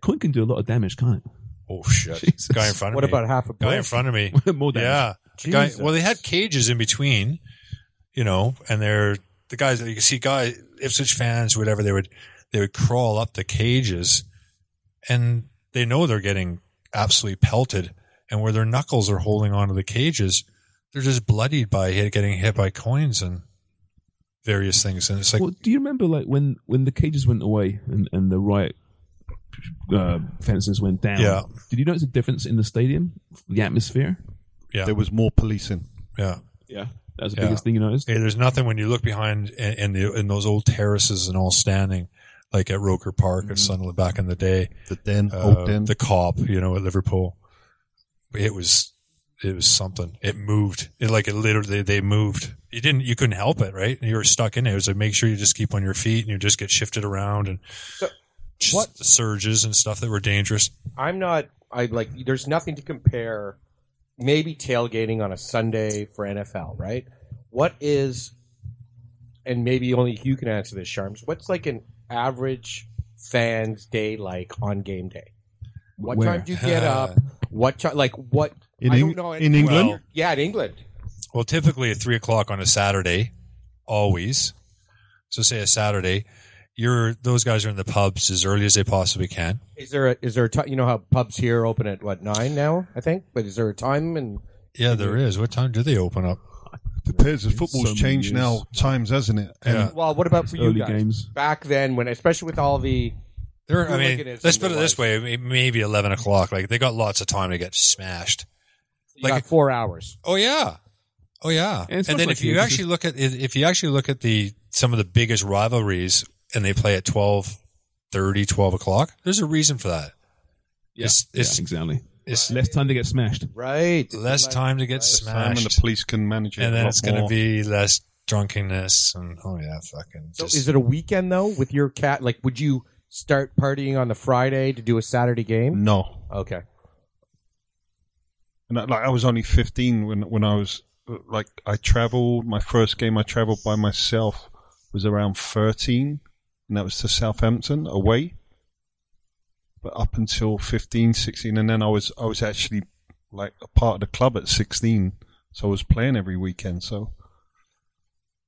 Coin can do a lot of damage, can't
Oh shit!
Jesus.
Guy in front of
What
me.
about half a
guy in
brick?
front of me?
it? More damage.
Yeah. The guy-
Jesus.
well, they had cages in between, you know, and they're the guys that you can see guys, Ipswich fans, whatever, they would, they would crawl up the cages and they know they're getting absolutely pelted and where their knuckles are holding onto the cages, they're just bloodied by hit, getting hit by coins and various things. And it's like,
well, do you remember like when when the cages went away and and the riot uh, fences went down?
Yeah.
Did you notice a difference in the stadium, the atmosphere?
yeah,
There was more policing.
yeah.
Yeah, that's the
Yeah.
biggest thing you noticed.
Hey, there's nothing when you look behind in, in the, in those old terraces and all standing, like at Roker Park or Sunderland back in the day.
Mm-hmm. The den,
uh,
old den.
the cop, you know, at Liverpool. It was it was something. It moved. It like it literally they moved. You didn't you couldn't help it, right? You were stuck in it. It was like make sure you just keep on your feet and you just get shifted around and just
what-
the surges and stuff that were dangerous.
I'm not. I like. There's nothing to compare. Maybe tailgating on a Sunday for NFL, right? What is, and maybe only you can answer this, Sharms. What's like an average fan's day like on game day? What
Where?
time do you get up? What time? Like what?
In
I
Eng-
don't know.
in England? Well-
yeah, in England.
Well, typically at three o'clock on a Saturday, always. So say a Saturday, you're those guys are in the pubs as early as they possibly can.
Is there a, is there a time? You know how pubs here open at what nine now? I think, but is there a time and
Yeah, there
Mm-hmm.
is. What time do they open up?
Depends. if football's
Some
changed
years.
now, times hasn't it? And
Yeah.
well, what about for you
Early
guys?
games.
Back then, when especially with all the
There, I mean,
Hooliganism
let's put it
was.
this way: may- maybe eleven o'clock. Like they got lots of time to get smashed.
you
Like-
got four hours.
Oh yeah, oh yeah.
And
And,
it's much
then
like
if you
here, 'cause
actually look at if you actually look at the some of the biggest rivalries, and they play at 12, 12 o'clock. There's a reason for that. It's, it's,
exactly.
it's
Less time to get smashed.
Right.
less time to get
Time and
smashed,
the police can manage it.
and
a
then
lot
it's going to
more.
be less drunkenness and oh yeah, fucking.
So
just-
is it a weekend though with your cat? Like, would you start partying on the Friday to do a Saturday game?
No.
Okay.
And I, like I was only 15 when when I was uh, like I traveled. My first game I traveled by myself was around 13, and that was to Southampton away. But up until 15, 16, and then I was I was actually like a part of the club at 16, so I was playing every weekend. So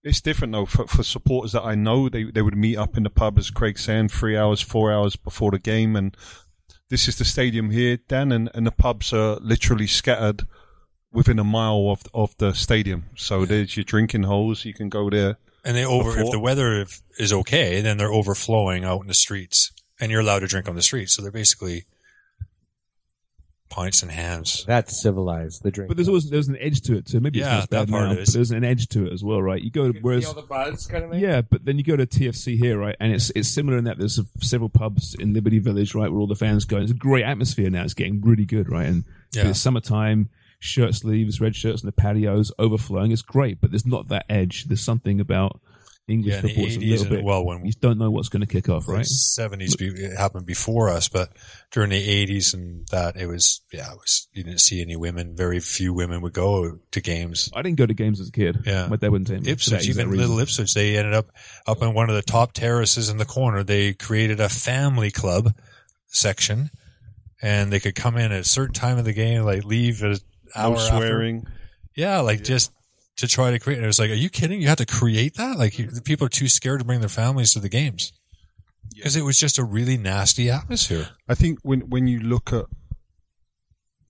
it's different though for, for supporters that I know. They they would meet up in the pub as Craig saying three hours, four hours before the game, and this is the stadium here, Dan, and, and the pubs are literally scattered within a mile of of the stadium. So there's your drinking holes. You can go there.
and they over if
before-
the weather if, is okay, then they're overflowing out in the streets, and you're allowed to drink on the streets. So they're basically pints and hams.
That's civilized. The drink.
But there's always there's an edge to it too. Maybe it's
Yeah,
not bad
that part
now,
is.
but there's an edge to it as well, right? You go to whereas
buzz kind of
yeah, but then you go to TFC here, right? And it's it's similar in that there's several pubs in Liberty Village, right, where all the fans go. It's a great atmosphere now. It's getting really good, right? And
Yeah.
it's summertime, shirt sleeves, red shirts, and the patios overflowing. It's great, but there's not that edge. There's something about English
Yeah, in the
football. that's a
80s
little
and-
bit.
well, when-
you don't know what's going to kick off, right?
Seventies it happened before us, but during the eighties and that it was yeah, it was you didn't see any women. Very few women would go to games.
I didn't go to games as a kid.
Yeah.
my dad wouldn't take me. for that
Ipswich,
exact
even
reason.
Little Ipswich, they ended up up on one of the top terraces in the corner. They created a family club section, and they could come in at a certain time of the game, like leave at an hour
No
after.
swearing.
Yeah, like just to try to create. And it was like, are you kidding? You had to create that? Like you, the people are too scared to bring their families to the games because it was just a really nasty atmosphere.
I think when when you look at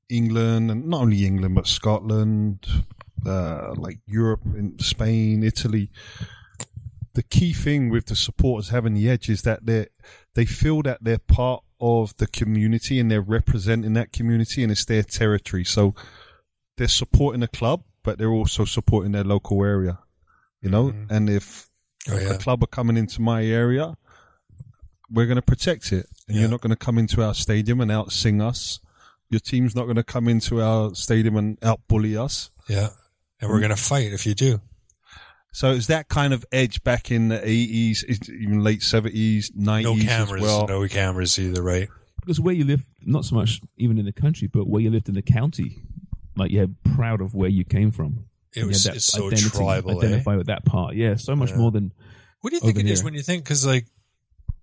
England and not only England but Scotland, uh, like Europe and Spain, Italy, the key thing with the supporters having the edge is that they they feel that they're part of the community and they're representing that community and it's their territory. So they're supporting a club, but they're also supporting their local area. You know, and if
Oh, yeah.
a club are coming into my area, we're going to protect it. And
Yeah.
You're not going to come into our stadium and out sing us. Your team's not going to come into our stadium and out bully us.
Yeah, and we're gonna fight if you do.
So it's that kind of edge back in the 80s, it's even late 70s, 90s
No cameras,
as well.
no cameras either, right?
because where you live, not so much even in the country, but where you lived in the county, like you're proud of where you came from.
It
You
was-
had that
it's so tribal, eh?
Identify with that part, yeah, so much more than
What do you think
over
it is
here.
when you think? Because like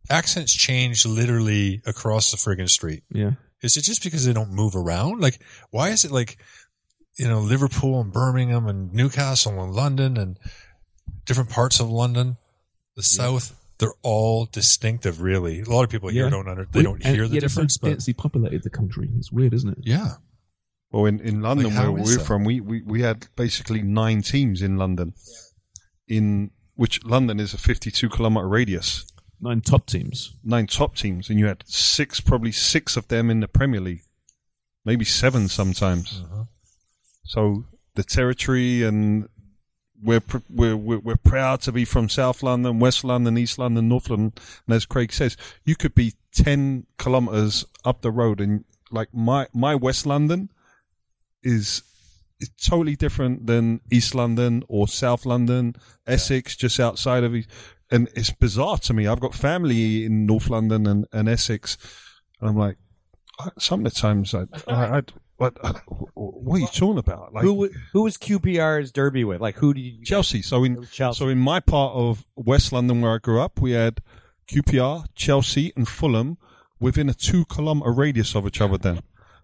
accents change literally across the friggin' street.
yeah.
Is it just because they don't move around? Like, why is it like, you know, Liverpool and Birmingham and Newcastle and London and different parts of London, the South, they're all distinctive. Really, a lot of people here
Yeah.
don't under, they don't
And
hear the
yet it's
difference.
So
But
densely populated the country. It's weird, isn't it?
yeah,
Well, in, in London,
Like,
where
how is
we're
that?
from, we, we, we had basically nine teams in London, in which London is a 52 kilometer radius.
Nine top teams.
nine top teams, and you had six, probably six of them in the Premier League, maybe seven sometimes. So the territory, and we're, pr- we're we're we're proud to be from South London, West London, East London, North London. And as Craig says, you could be ten kilometers up the road, and like my my West London is. is totally different than East London or South London, Essex, just outside of East and it's bizarre to me. I've got family in North London and, and Essex, and I'm like, I- some of the times I, I, I what, what are you talking about? Like
Who wa- who was QPR's derby with? Like who did you?
Chelsea. So in
Chelsea.
so in my part of West London where I grew up, we had QPR, Chelsea, and Fulham within a two kilometer radius of each other. Then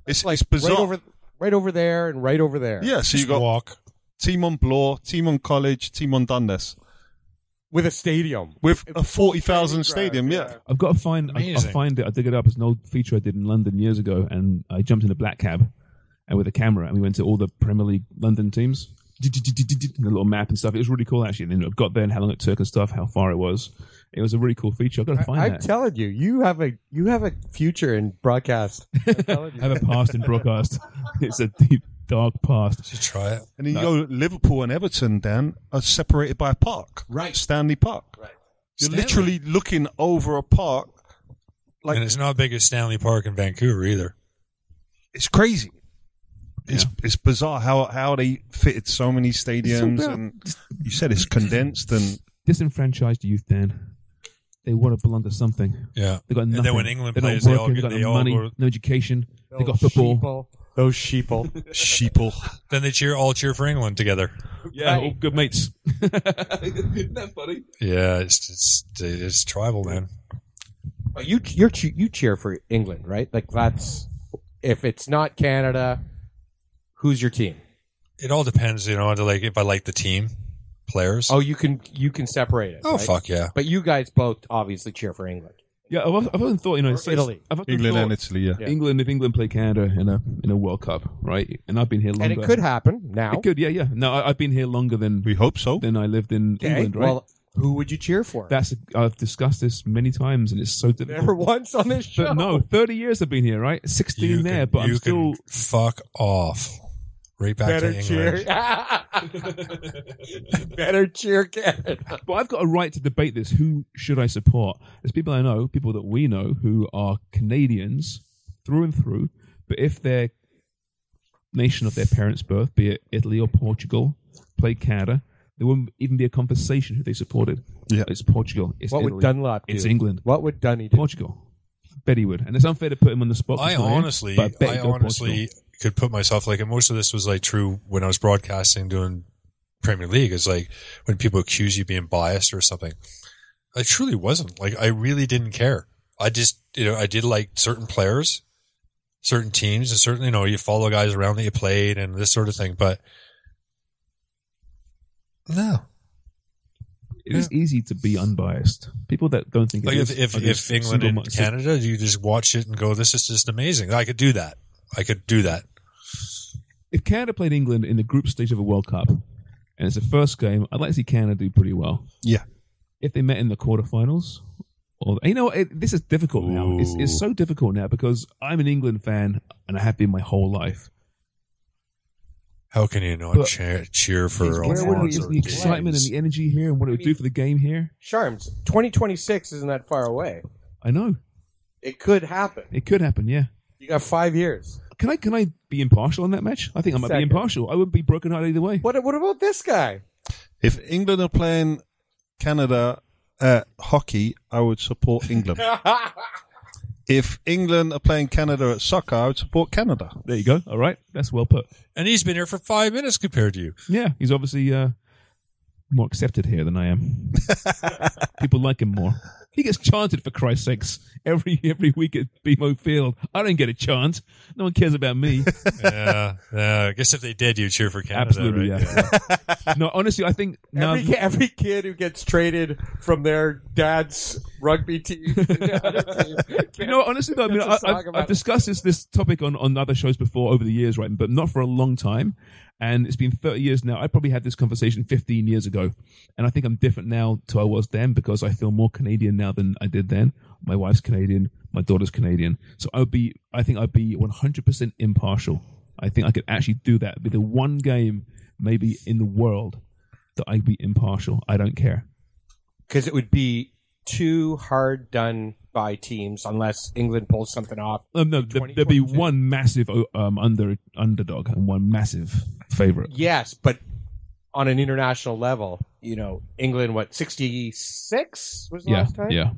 it's like it's bizarre.
right over right over there and right over there.
yeah, so you got
walk.
team on Bloor, team on College, team on Dundas,
with a stadium.
with a forty thousand stadium. Yeah.
I've got to find. I, I
Amazing.
find it. I dig it up. It's an old feature I did in London years ago, and I jumped in a black cab, and with a camera, and we went to all the Premier League London teams. And a little map and stuff. It was really cool, actually. And then I got there and how long it took and stuff, how far it was. It was a really cool feature. I've got to find
I'm
that.
telling you, you have a you have a future in broadcast.
I have a past in broadcast. It's a deep, dark past.
Should try it.
And then you go Liverpool and Everton, Dan, are separated by a park. Right. Stanley Park. Right. You're
Stanley.
literally looking over a park. Like
and it's not big as Stanley Park in Vancouver either.
it's crazy. it's it's bizarre how how they fitted so many stadiums
bad.
and you said it's condensed and
Disenfranchised youth, Dan. They want to belong to something.
Yeah.
They got nothing.
And then when England
They're not
plays, they all
working,
get-
got no
they all
money,
go-
no education. They got
Those
football.
sheeple. Those sheeple.
sheeple.
Then they cheer all cheer for England together.
Yeah, all good mates. Isn't that funny?
Yeah, it's it's it's tribal, man.
But you you're che- you cheer for England, right? Like that's if it's not Canada, who's your team?
It all depends, you know, like if I like the team, players.
Oh, you can you can separate it.
Oh,
right?
fuck yeah.
But you guys both obviously cheer for England.
Yeah, I've, I've often thought, you know,
Or
it's-
Italy.
I've often
England
thought,
and Italy, yeah.
Yeah.
England, if England play Canada in a in a World Cup, right? And I've been here longer.
And it could happen now.
It could, yeah, yeah. No, I, I've been here longer than
We hope so.
than I lived in
Okay,
England, right?
Well, who would you cheer for?
That's I've discussed this many times, and it's so difficult.
Never once on this show.
But no, thirty years I've been here, right? Sixteen
you
there,
can,
but
you
I'm still.
can fuck off. Right back
Better
to
cheer.
England.
Better cheer Canada.
But I've got a right to debate this. Who should I support? There's people I know, people that we know, who are Canadians through and through. But if their nation of their parents' birth, be it Italy or Portugal, played Canada, there wouldn't even be a conversation who they supported.
Yeah.
It's Portugal. It's
What
Italy.
would Dunlop do?
It's England.
What would Dunny do?
Portugal. Bet he would. And it's unfair to put him on the spot.
I
for playing,
honestly,
but bet
I
he'd go
honestly could put myself like, and most of this was like true when I was broadcasting doing Premier League. Is like when people accuse you of being biased or something. I truly wasn't. Like I really didn't care. I just, you know, I did like certain players, certain teams, and certainly, you know, you follow guys around that you played and this sort of thing. But no,
It is easy to be unbiased. People that don't think it
like if
is
if,
are just
if England
single
and
minded.
Canada, you just watch it and go, this is just amazing. I could do that. I could do that.
if Canada played England in the group stage of a World Cup, and it's the first game, I'd like to see Canada do pretty well.
Yeah.
If they met in the quarterfinals, or you know, what, it, this is difficult now. It's, it's so difficult now because I'm an England fan and I have been my whole life.
How can you not
But-
cheer, cheer
Where
for
would
Alphonse
is
or
the excitement
James?
and the energy here and what it would do for the game here?
Charms. Twenty twenty six isn't that far away.
I know
It could happen.
it could happen. Yeah.
You got five years.
Can I can I be impartial on that match? I think I might
Second.
be impartial. I would be broken hearted either way.
What what about this guy?
If England are playing Canada at hockey, I would support England. if England are playing Canada at soccer, I would support Canada.
There you go. All right, that's well put.
And he's been here for five minutes compared to you.
Yeah, he's obviously uh, more accepted here than I am. People like him more. He gets chanted for Christ's sakes every every week at BMO Field. I don't get a chant. No one cares about me.
yeah, yeah. I guess if they did, you cheer for Canada.
Absolutely,
right?
yeah. no, honestly, I think now
Every, every kid who gets traded from their dad's rugby team. to the other team.
you know, honestly, though, I mean,
It's a
I,
saga
I've,
about
I've
it.
discussed this this topic on on other shows before over the years, right? But not for a long time. And it's been 30 years now. I probably had this conversation 15 years ago, and I think I'm different now to I was then because I feel more Canadian now than I did then. My wife's Canadian, my daughter's Canadian, so I'd be, I think I'd be 100% impartial. I think I could actually do that. It'd be the one game maybe in the world that I'd be impartial. I don't care.
because it would be too hard done by teams unless England pulls something off.
Um, no, there, there'd be one massive o- um, under underdog and one massive favorite.
Yes, but on an international level, you know, England what sixty six was the
Yeah,
last time,
yeah.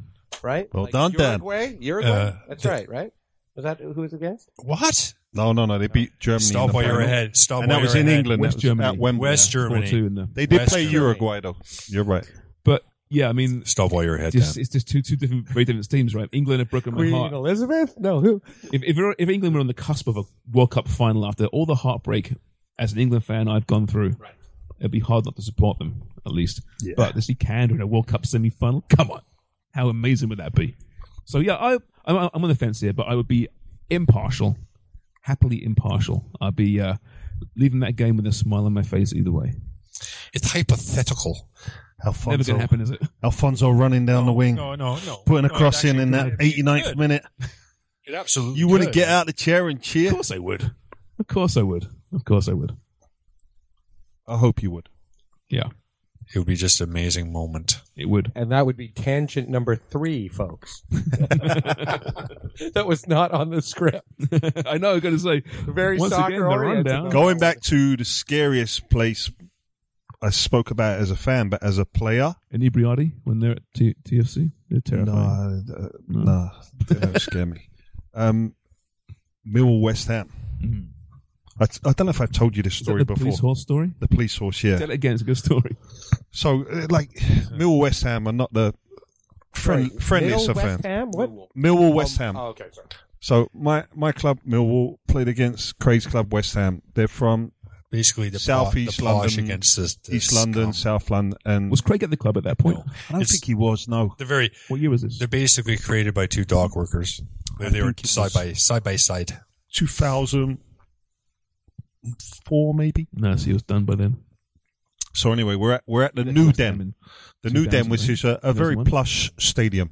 right?
Well done, Dan.
Uruguay, Uruguay.
Uh,
That's
the-
right, right? Was that who was against?
What?
No, no, no. They beat Germany. in
Stop
the
while you're
final.
ahead. Stop
And
while
that was
you're
in
ahead.
England.
West
that was
Germany.
At Wembley.
West Germany.
4-2 in the-
They did
West
play
Germany.
Uruguay, though. You're right.
But yeah, I mean,
Stop while you're ahead.
just,
Dan.
it's just two two different, very different teams, right? England have broken my heart.
Elizabeth? No, who?
If if, we're- if England were on the cusp of a World Cup final after all the heartbreak as an England fan I've gone through, it'd be hard not to support them at least. But to see Canada in a World Cup semi final, come on, how amazing would that be? So yeah, I I'm, I'm on the fence here, but I would be impartial, happily impartial. I'd be uh, leaving that game with a smile on my face either way.
It's hypothetical.
Alfonso,
Never going to happen, is it?
Alfonso running down the wing,
No, no, no.
putting a
No, it
cross in
actually
in that
could.
89th
It could.
minute.
It absolutely.
You wouldn't
could.
get out of the chair and cheer.
Of course I would. Of course I would. Of course I would.
I hope you would.
Yeah.
It would be just an amazing moment.
It would.
And that would be tangent number three, folks. that was not on the script.
I know. I'm going to say
Very
once again, the
soccer-oriented,
rundown.
though.
Going back to the scariest place I spoke about as a fan, but as a player,
Inebriati when they're at T- TFC. They're terrifying.
no, uh, no, they don't scare me. Um, Millwall West Ham.
Mm.
I, I don't know if I've told you this
Is that
story
the
before.
police horse story.
The police horse, yeah.
Tell it again. It's a good story.
So, uh, like, Millwall West Ham are not the friend, friendliest
Middle
of fans.
West Ham? What?
Millwall West Ham.
Oh, okay, sorry.
So my my club Millwall played against Craig's club West Ham. They're from
Basically, the
South
plo-
East
the plosh
London,
against the, the
East London,
scum.
South London, and
Was Craig at the club at that point?
No.
I don't
It's-
think he was. No,
They're very.
What year was this?
They're basically created by two dog workers. They,
I
they were
think it
side
was-
by side by side.
two thousand four maybe.
No, so he was done by then.
So anyway, we're at we're at the new
West Ham
den.
in
The new den,
2000,
which is a, a very
2001.
plush stadium.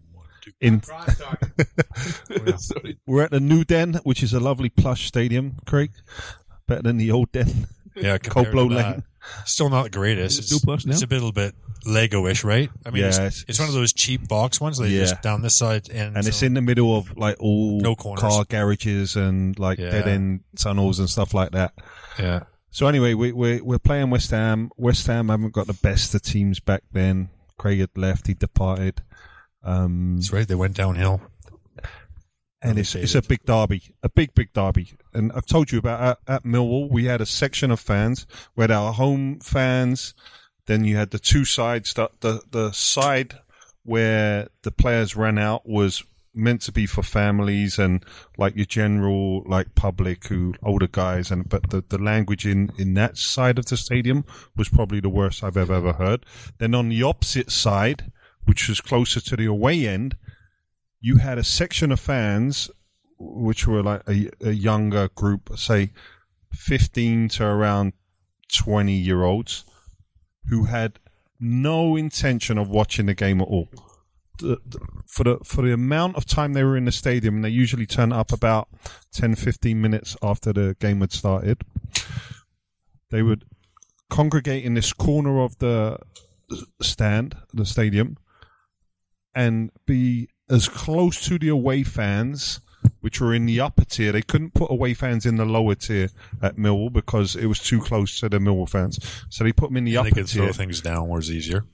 In
Sorry.
we're at the new den, which is a lovely plush stadium, Craig. Better than the old den.
Yeah, compared
Coldblow
to that.
Lane.
Still not greatest.
Is it still plush now?
it's a little bit Lego-ish, right? I mean,
Yeah,
it's,
it's-
it's one of those cheap box ones. They
Yeah.
just down this side and,
and it's
so-
in the middle of like all
No corners.
car garages and like
Yeah.
dead end tunnels and stuff like that.
yeah.
So anyway, we, we're we're playing West Ham. West Ham haven't got the best of teams back then. Craig had left, he departed, um,
That's right. They went downhill.
and it's it's a big derby, a big big derby. And I've told you about at, at Millwall, we had a section of fans. We had our home fans, then you had the two sides. The the, the side where the players ran out was meant to be for families and like your general like public who older guys and but the, the language in in that side of the stadium was probably the worst i've ever ever heard then on the opposite side which was closer to the away end you had a section of fans which were like a, a younger group say 15 to around 20 year olds who had no intention of watching the game at all the- the- for the for the amount of time they were in the stadium, and they usually turn up about 10, 15 minutes after the game had started. They would congregate in this corner of the stand, the stadium, and be as close to the away fans, which were in the upper tier. They couldn't put away fans in the lower tier at Millwall because it was too close to the Millwall fans. So they put them in the
Yeah, they
upper
could
tier.
throw things downwards easier.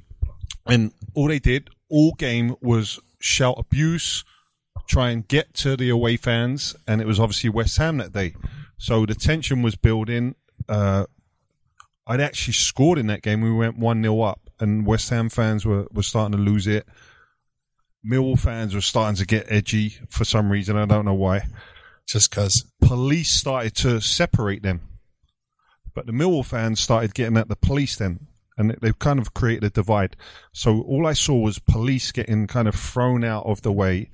And all they did all game was shout abuse, try and get to the away fans, and it was obviously West Ham that day. So the tension was building. Uh, I'd actually scored in that game. We went 1 0 up, and West Ham fans were, were starting to lose it. Millwall fans were starting to get edgy for some reason. I don't know why
Just because.
police started to separate them. But the Millwall fans started getting at the police then, and they- they've kind of created a divide. So all I saw was police getting kind of thrown out of the way,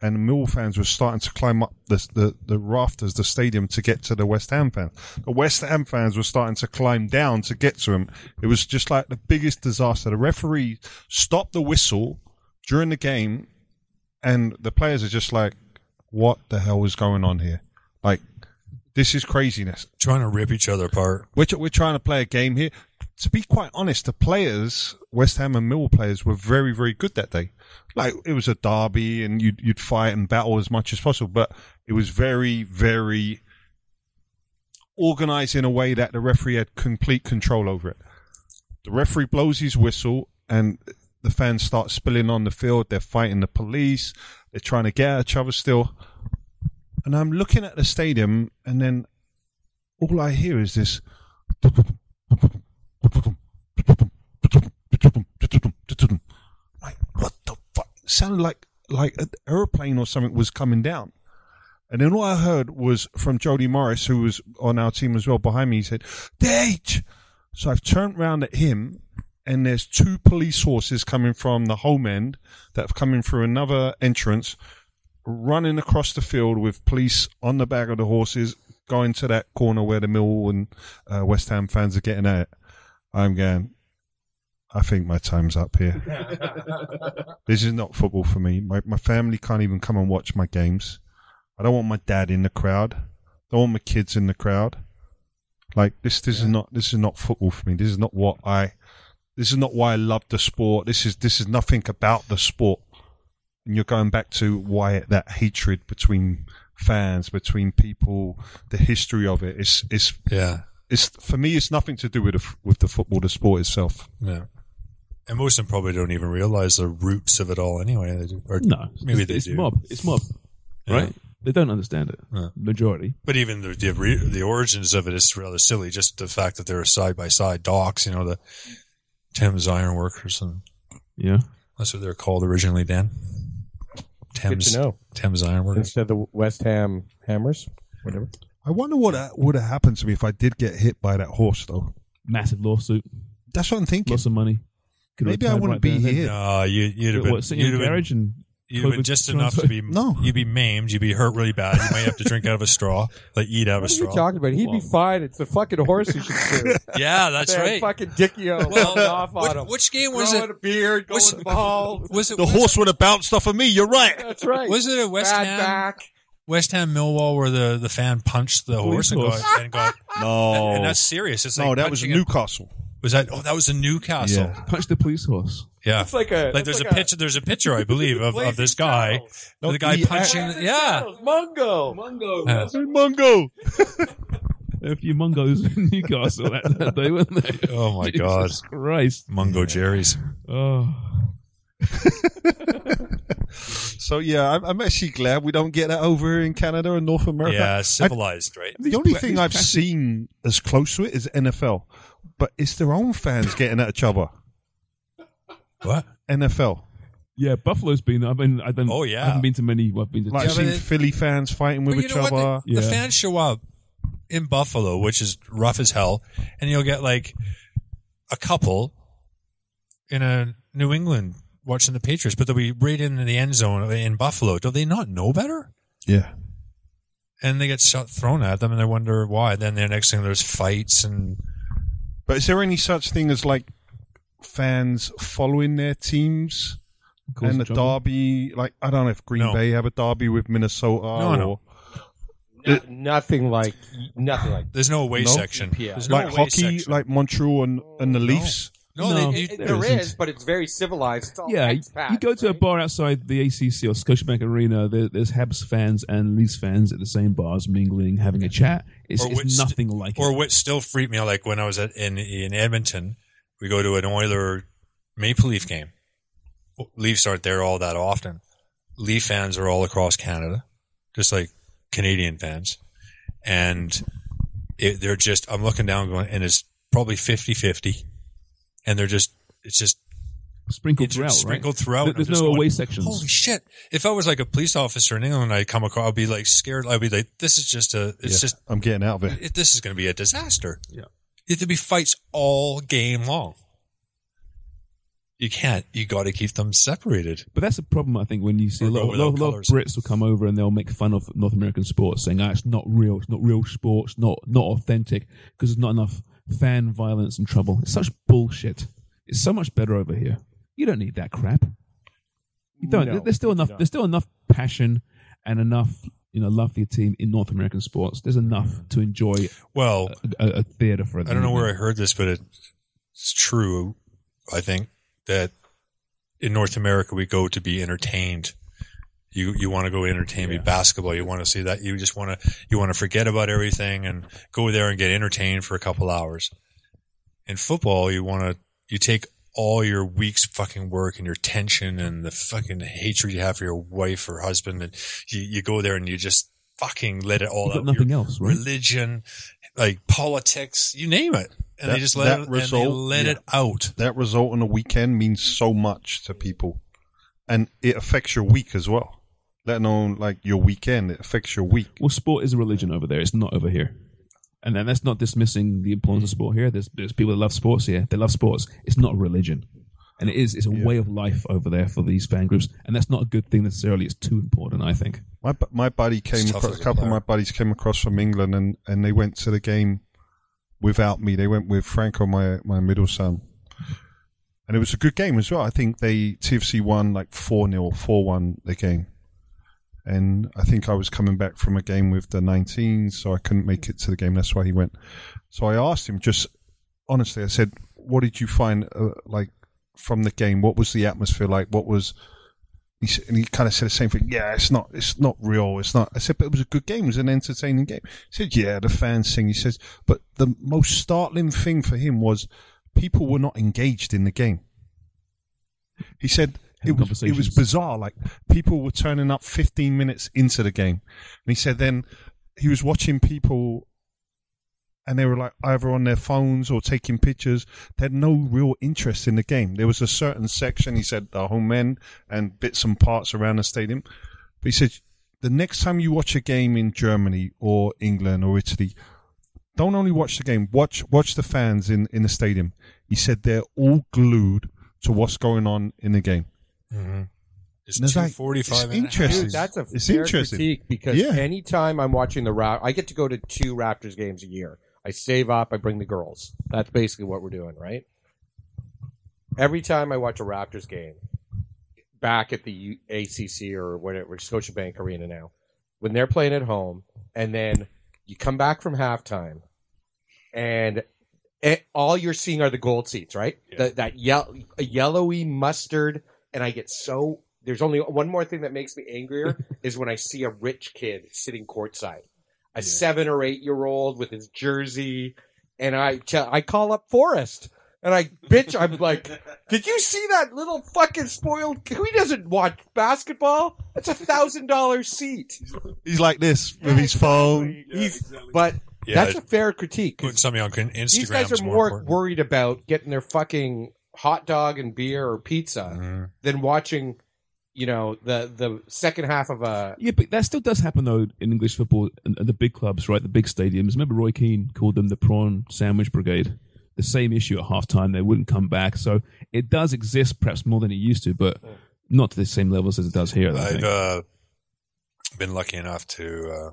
and the Millwall fans were starting to climb up the, the, the rafters, the stadium, to get to the West Ham fans. The West Ham fans were starting to climb down to get to him. It was just like the biggest disaster. The referee stopped the whistle during the game, and the players are just like, what the hell is going on here? Like, this is craziness.
Trying to rip each other apart.
We're, tr- we're trying to play a game here. To be quite honest, the players, West Ham and Mill players, were very, very good that day. Like, it was a derby and you'd, you'd fight and battle as much as possible, but it was very, very organized in a way that the referee had complete control over it. The referee blows his whistle and the fans start spilling on the field. They're fighting the police. They're trying to get at each other still. And I'm looking at the stadium and then all I hear is this. Like, what the fuck? It sounded like like an aeroplane or something was coming down. And then all I heard was from Jody Morris, who was on our team as well behind me. He said, Dage! So I've turned round at him, and there's two police horses coming from the home end that have come in through another entrance, running across the field with police on the back of the horses, going to that corner where the Millwall and uh, West Ham fans are getting at it. I'm going, I think my time's up here. this is not football for me. My, my family can't even come and watch my games. I don't want my dad in the crowd. don't want my kids in the crowd. Like this, this is not this is not football for me. This is not what I This is not why I love the sport. This is this is nothing about the sport. And you're going back to why that hatred between fans, between people, the history of it. It's it's
Yeah.
it's for me. It's nothing to do with the, f- with the football, the sport itself.
Yeah. And most of them probably don't even realize the roots of it all anyway. They do, or
No,
Maybe
it's,
they
it's
do.
mob. It's mob,
Yeah.
right? They don't understand it.
Yeah.
Majority.
But even the the, re- the origins of it is rather silly. Just the fact that they're side by side docks, you know, the Thames Iron Workers, and
Yeah.
that's what they're called originally. Dan
Good
Thames
to know.
Thames Iron Workers.
Instead of the West Ham Hammers, whatever.
I wonder what uh, would have happened to me if I did get hit by that horse, though.
Massive lawsuit.
That's what I'm thinking.
Lots of money. Could have
Maybe I
retired
wouldn't
right
be
there and then.
here.
No, Uh, you, you'd have
What,
been,
sit
you'd
in a
have been,
garage and
you'd have been
COVID
just
control?
enough to be
No.
You'd be maimed. You'd be hurt really bad. You may have to drink out of a straw, like eat out of a
What are you
straw.
talking about? He'd be fine. It's the fucking horse he should sue.
Yeah, that's
That
right.
Fucking Dickio.
Well,
Well, off
which,
on him.
which game was
Throwing
it?
a beard, going
was-
bald.
Was it
the horse would have bounced off of me. You're right.
That's right.
Was it a West
Bad
Ham?
back.
West Ham Millwall where the, the fan punched the horse and
horse.
got, and got
No,
and that's serious. It's like
no, that was
punching a-
Newcastle.
was that oh that was a Newcastle. Yeah.
Yeah.
punch the police horse.
It's like a
Like there's a picture there's a picture I believe of, of this guy. the guy
he-
punching the- yeah.
Mungo.
Yeah.
Mungo.
There were a few Mungos in Newcastle that, that day, weren't they?
Oh my god.
Jesus Christ.
Mungo Jerry's.
Oh.
So yeah, I'm, I'm actually glad we don't get that over here in Canada or North America.
Yeah, civilized, right?
the only thing I've seen as close to it is NFL, but it's their own fans getting at each other.
What?
NFL.
Yeah, Buffalo's been. I've been. I've been.
Oh, yeah.
I haven't been to many. I've been to.
Like
Yeah,
I've
but
seen
it-
Philly fans fighting with
But you
each
know
other.
what? The, the
Yeah.
fans show up in Buffalo, which is rough as hell, and you'll get like a couple in a New England watching the Patriots, but they'll be right in the end zone in Buffalo. Do they not know better?
Yeah.
and they get shot thrown at them and they wonder why then the next thing there's fights and
But is there any such thing as like fans following their teams and the
trouble.
derby? Like I don't know if Green
No.
Bay have a derby with Minnesota.
Oh. No,
or,
no.
nothing like nothing like.
there's no away
No?
section
Yeah.
there's
Like
no away
hockey,
section.
like Montreal and, and the
No.
Leafs.
no,
No.
They,
It-
you-
it- there isn't.
but it's very civilized. It's all
Yeah, you,
expat,
you go to a
right?
bar outside the ACC or Scotiabank Arena. There, there's Habs fans and Leafs fans at the same bars, mingling, having a chat. It's,
Or
it's
which-
nothing like
or
it.
what still freaked me out like when i was at, in in edmonton we go to an oiler maple leaf game leafs aren't there all that often leaf fans are all across canada just like canadian fans and it, they're just i'm looking down going and it's probably 50-50 and they're just it's just
Sprinkled
It's
throughout, right?
sprinkled throughout.
There- There's
I'm just
no
going,
away sections.
Holy shit! If I was like a police officer in England, and I come across, I'd be like scared. I'd be like, "This is just a. It's
Yeah,
just.
I'm getting out of it.
It, this is going to be a disaster.
Yeah.
there'd be fights all game long. You can't. You got to keep them separated.
But that's a problem, I think, when you see a
Or
lot,
go
a lot,
without
a lot of
colours.
Brits will come over and they'll make fun of North American sports, saying, "Ah, it's not real, it's not real sports, not not authentic," because there's not enough fan violence and trouble. It's such bullshit. It's so much better over here. You don't need that crap. You don't.
No,
there's still enough. There's still enough passion and enough, you know, love for your team in North American sports. There's enough to enjoy
Well,
a, a, a theater for.
I don't know where I heard this, but it's true. I think that in North America we go to be entertained. You you want to go entertain me basketball. You want to see that. You just want to you want to forget about everything and go there and get entertained for a couple hours. In football, you want to you take all your week's fucking work and your tension and the fucking hatred you have for your wife or husband, and you, you go there and you just fucking let it all
You've
out.
got nothing
Your
else, right?
Religion, like politics, you name it, and
That-
they just let
that
it, and
result,
they let
yeah.
it out.
That result on a weekend means so much to people, and it affects your week as well. Let alone like your weekend, it affects your week.
Well, sport is a religion over there. It's not over here. And then that's not dismissing the importance of
Mm.
sport here. There's, there's people that love sports here. They love sports. It's not a religion. And it is. It's a way of life over there for these fan groups. And that's not a good thing necessarily. It's too important, I think.
My bu- my buddy came
tough
across,
as
a
a
couple of
player.
my buddies came across from England, and and they went to the game without me. They went with Franco, my my middle son, and it was a good game as well. I think they TFC won like four 0 four one the game, and I think I was coming back from a game with the 19s, so I couldn't make it to the game. That's why he went. So I asked him just honestly. I said, what did you find uh, like from the game? What was the atmosphere like? What was he, s- and he kind of said the same thing. Yeah, it's not, it's not real. It's not. I said, but it was a good game. It was an entertaining game. He said, yeah, the fans thing. He says, but the most startling thing for him was people were not engaged in the game. He said it
Having
was, it was
conversations.
bizarre. Like people were turning up 15 minutes into the game, and he said then he was watching people and they were like either on their phones or taking pictures. They had no real interest in the game. There was a certain section, he said, the home end and bits and parts around the stadium. But he said, the next time you watch a game in Germany or England or Italy, don't only watch the game, watch watch the fans in, in the stadium. He said they're all glued to what's going on in the game.
It's
And it's like,
two forty-five.
it's interesting.
Dude, that's a
it's
fair
interesting.
critique because
Yeah.
anytime I'm watching the Raptors, I get to go to two Raptors games a year. I save up. I bring the girls. That's basically what we're doing, right? Every time I watch a Raptors game, back at the U- ACC or whatever Scotiabank Arena now, when they're playing at home, and then you come back from halftime, and it, all you're seeing are the gold seats, right? That that yell, a yellowy mustard, and I get so. There's only one more thing that makes me angrier is when I see a rich kid sitting courtside, a seven or eight year old with his jersey, and I tell I call up Forrest. And I bitch, I'm like, did you see that little fucking spoiled? He doesn't watch basketball. That's a thousand dollar seat.
He's like this with his phone.
He's, but
Yeah.
that's a fair critique.
Putting something on Instagram
These guys
is
are
more,
more,
important.
worried about getting their fucking hot dog and beer or
Mm-hmm.
pizza than watching, you know, the the second half of uh, a.
Yeah, but that still does happen though in English football and, and the big clubs, right? The big stadiums. Remember Roy Keane called them the prawn sandwich brigade. The same issue at halftime; they wouldn't come back. So it does exist, perhaps more than it used to, but not to the same levels as it does here. I don't
I've
think.
uh, been lucky enough to uh,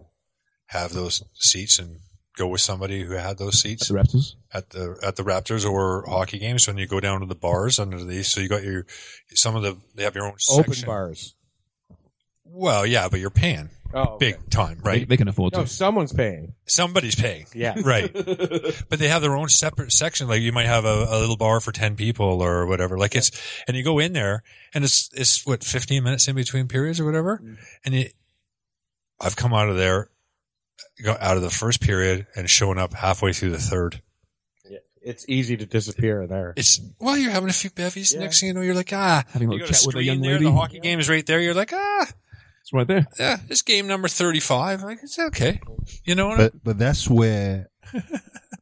have those seats and go with somebody who had those
At
seats
the Raptors.
at the at the Raptors or hockey games. When you go down to the bars under these, so you got your some of the they have your own
Open
section.
bars.
Well, yeah, but you're paying
Oh, okay.
big time,
They,
right?
they can afford
No,
to.
someone's paying.
Somebody's paying.
Yeah.
Right. but they have their own separate section. Like you might have a, a little bar for 10 people or whatever. Like it's, and you go in there and it's, it's what, 15 minutes in between periods or whatever. And you, I've come out of there, got out of the first period and showing up halfway through the third.
It's easy to disappear there.
It's, well, you're having a few bevies.
Yeah.
Next thing you know, you're like, ah,
Having a
you
little
got
chat with a
screen
young
there.
lady.
The hockey game is right there. You're like, ah,
It's right there.
yeah, this game number 35. Like it's okay. You know what? I-
But but that's where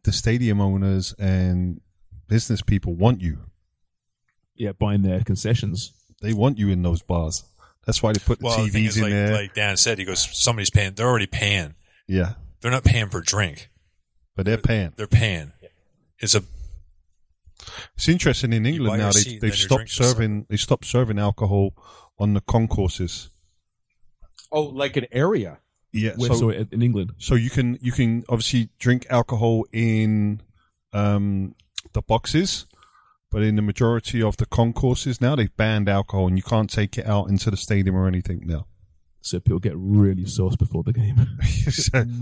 the stadium owners and business people want you.
Yeah, buying their concessions.
They want you in those bars. That's why they put the
well, the
TVs
thing is,
in
like,
there.
like Dan said, he goes, somebody's paying. They're already paying.
yeah,
They're not paying per drink.
but they're paying.
They're paying. It's a
It's interesting in
buy
England
your
now.
seat
They, they've
and then your
stopped
drinks are
serving. They stopped serving alcohol on the concourses.
Oh, like an area.
Yeah,
Where,
so
so it- in England.
so you can you can obviously drink alcohol in um, the boxes, but in the majority of the concourses now they've banned alcohol and you can't take it out into the stadium or anything now.
So people get really sauced before the game.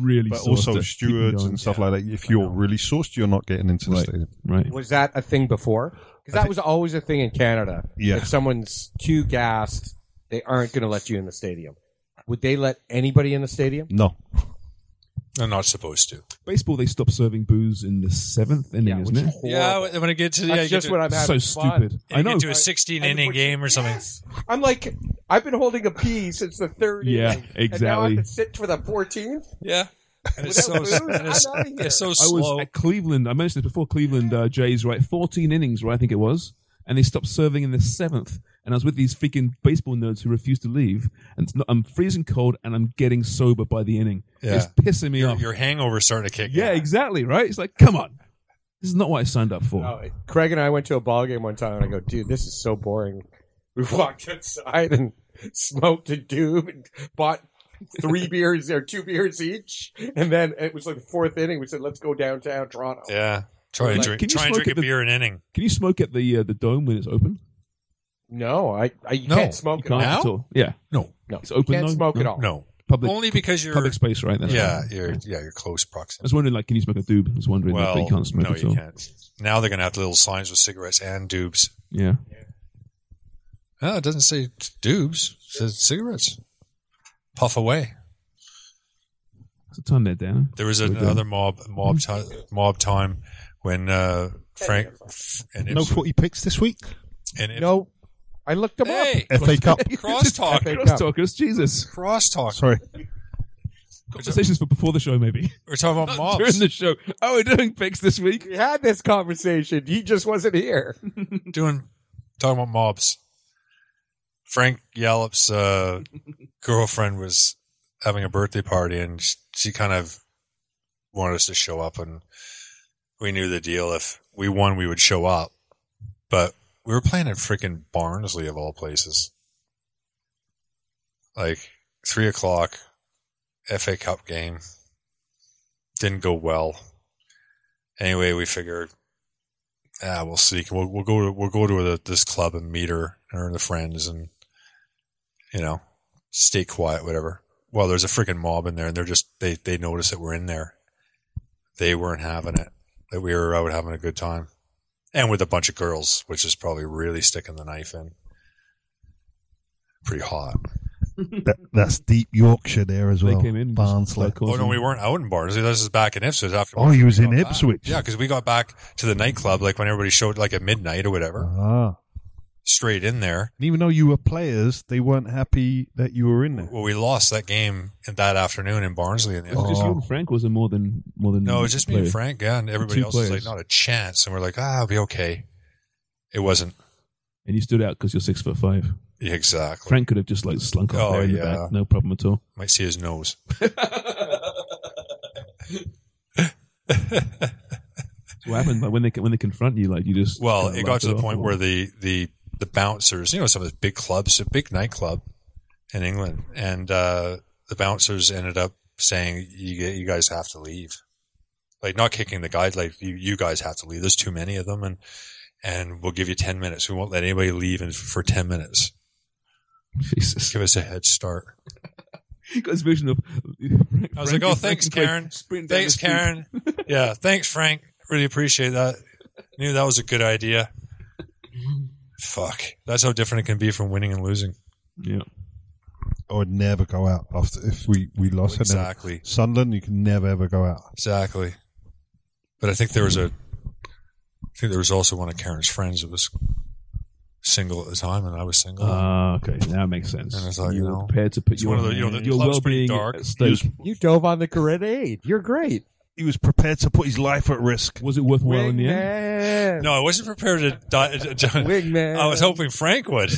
Really
but
sauced
also
to keep them
stewards
going.
and stuff like that. If you're really sourced, you're not getting into the
Right.
stadium.
Right.
Was that a thing before? Because that was always a thing in Canada.
Yeah.
If someone's too gassed, they aren't going to let you in the stadium. Would they let anybody in the stadium?
No,
They're not supposed to.
Baseball, they stopped serving booze in the seventh inning, isn't it?
Yeah, when it gets to
That's just what I'm having.
So
fun.
stupid.
I
I know.
get to a 16 inning game or something.
Yes. I'm like, I've been holding a pee since the third.
Yeah,
inning, And now I
exactly.
have to sit for the 14th.
Yeah, and it's so
Without booze,
and it's,
I'm outta here.
it's so
I
slow.
was at Cleveland. I mentioned this before. Cleveland uh, Jays, right? Fourteen innings, right? I think it was, and they stopped serving in the seventh. And I was with these freaking baseball nerds who refused to leave. And it's not, I'm freezing cold, and I'm getting sober by the inning.
Yeah.
It's pissing me
Your,
off.
your hangover's starting to kick.
yeah,
in.
exactly. Right? It's like, come on, this is not what I signed up for.
Oh, Craig and I went to a ball game one time, and I go, "Dude, this is so boring." We walked outside and smoked a doob and bought three beers or two beers each, and then it was like the fourth inning. We said, "Let's go downtown Toronto."
yeah. Try and
Like,
drink.
can you
Try and
smoke
drink a
at the-
beer an inning.
Can you smoke at the uh, the dome when it's open?
No, I, I you
No,
can't smoke
Can't
at all.
at all. Yeah,
No,
No,
It's open
Can't
though?
smoke at
No.
all.
no.
public
Only because you're
public space, right? That's
yeah,
right.
you're yeah, you're close
I
proximity.
was wondering, like, can you smoke a doob? I was wondering, like,
Well,
but you can't smoke
no,
at
you
all.
can't. Now they're going to have little signs with cigarettes and dubs.
Yeah,
Oh, it doesn't say dubs. It says cigarettes. Puff away.
it's a ton there, Dan.
There was another mob mob ti
Mm.
mob time when uh, Frank f- and
no
Ips-
forty picks this week.
and Ips-
No, I looked them
Hey,
FA Cup.
crosstalk.
Cross talkers, Jesus.
Crosstalk.
Sorry,
Conversations for before the show, maybe
We're talking about
during
mobs
the show. Oh, we're doing picks this week.
up. We had this conversation. He just wasn't here.
doing talking about mobs. Frank Yallop's uh, girlfriend was having a birthday party, and she, she kind of wanted us to show up, and we knew the deal. If we won, we would show up, but we were playing at freaking Barnsley of all places, like three o'clock FA Cup game. Didn't go well. Anyway, we figured ah, we'll see. We'll, we'll go to we'll go to the, this club and meet her and her and the friends and you know stay quiet, whatever. Well, there's a freaking mob in there, and they're just they they notice that we're in there. They weren't having it. That we were out having a good time, and with a bunch of girls, which is probably really sticking the knife in. Pretty hot.
that, that's deep Yorkshire there as
They
well.
came in and just
Barnsley.
started
Oh
causing-
no, we weren't out in Barnsley. This is back in Ipswich. After
Oh, you was
we
in
got back.
Ipswich.
Yeah, because we got back to the nightclub like when everybody showed like at midnight or whatever.
Ah,
Straight in there,
and even though you were players, they weren't happy that you were in there.
Well, we lost that game that afternoon in Barnsley. In the
It was just you and Frank, or was it more than more than?
no, it was just me and
player?
Frank. Yeah, and everybody
Two
else was like,
players.
not a chance. And we're like, ah, I'll be okay. It wasn't
And you stood out because you're six foot five.
exactly.
Frank could have just like slunk up
Oh,
there in the
yeah.
back, no problem at all.
Might see his nose.
That's what happened? Like when they when they confront you, like you just
Well,
kinda
it got
laugh
to the
off
point
or-
where the the the bouncers, you know, some of the big clubs, a big nightclub in England, and uh, the bouncers ended up saying, "You g- you guys have to leave." Like not kicking the guy, like you, you guys have to leave. There's too many of them, and and we'll give you ten minutes. We won't let anybody leave in, for ten minutes.
Jesus,
Give us a head start.
You got this vision of
I was like, "Oh, thanks, Karen. Thanks, Karen. yeah, thanks, Frank. Really appreciate that. Knew that was a good idea." Fuck, that's how different it can be from winning and losing.
Yeah,
I would never go out after if we we lost. I'd never-
Exactly.
Sunderland, you can never ever go out.
Exactly. But I think there was a, I think there was also one of Karen's friends that was single at the time, and I was single.
Uh,
Ah, okay, that makes sense.
Uh, And it's like,
you
you know,
were prepared to put
it's
your,
one of the- you know, the
your
club's pretty
well-being
dark.
at stake. Was,
You dove on the grenade. You're great.
He was prepared to put his life at risk.
it worthwhile in the end?
Wingman.
no, I wasn't prepared to. Die,
Wingman.
I was hoping Frank would.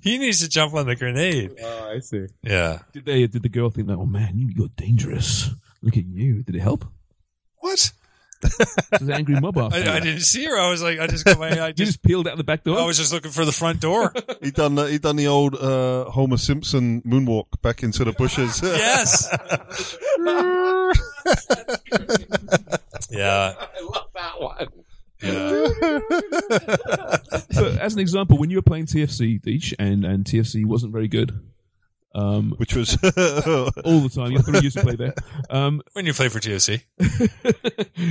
he needs to jump on the grenade.
Oh, I see.
Yeah.
Did they? Did the girl think that? Oh man, you- you're dangerous. Look at you. Did it help?
What?
It was an angry mob after
I, I
that.
didn't see her. I was like, I just got my, I
You
just, Oh,
just peeled out the back door.
I was just looking for the front door.
He done the, he done the old uh, Homer Simpson moonwalk back into the bushes.
Yes. yeah.
I love that one.
Yeah.
so, as an example, when you were playing TFC, Deech, and and TFC wasn't very good um,
Which was
all the time. You three used to play there. Um,
When you play for TOC,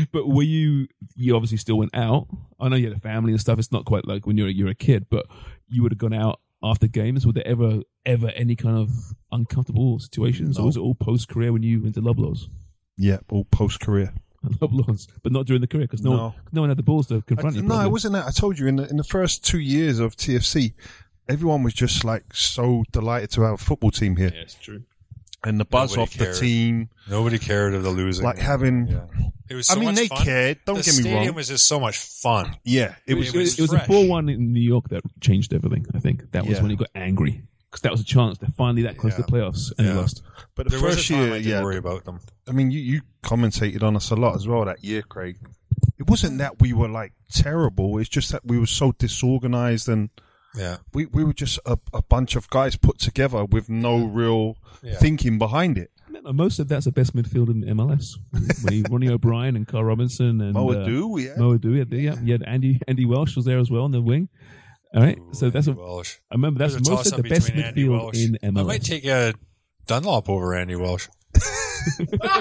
but were you? You obviously still went out. I know you had a family and stuff. It's not quite like when you're you're a kid, but you would have gone out after games. Were there ever ever any kind of uncomfortable situations, or was it all post career when you went to Loblaws?
yeah, all post career.
Loblaws, but not during the career because no,
No.
One, no one had the balls to confront you.
No,
probably.
it wasn't that. I told you in the in the first two years of TFC, everyone was just like so delighted to have a football team here,
Yeah, it's true.
and the buzz
Nobody
off
cared.
the team,
nobody cared of the losing.
like having.
it was so
I mean,
much
they
fun.
cared. Don't
the
get me
stadium
wrong.
was just so much fun.
Yeah, it was.
It was, it was a
fresh.
four-one in New York that changed everything. I think that was
Yeah.
when he got angry because that was a chance. They're finally that close to
Yeah.
playoffs and they
Yeah.
lost.
But the
There was
first
a time
year,
I didn't
yeah,
worry about them.
I mean, you, you commentated on us a lot as well that year, Craig. It wasn't that we were like terrible. It's just that we were so disorganized and
Yeah.
we, we were just a, a bunch of guys put together with no real
Yeah.
thinking behind it.
No, no, Uh, Most of that's the best midfield in MLS. when he, Ronnie O'Brien and Carl Robinson and
Moa
uh,
do, yeah.
Moa Doo, yeah, yeah. You had Andy Andy Welsh was there as well in the wing. All right, so that's
Andy
what
Welsh.
I remember. That's
There's a
most of the
toss-up
best
between Andy
midfield
Welsh.
in
I might
MLS.
take uh, Dunlop over Andy Welsh.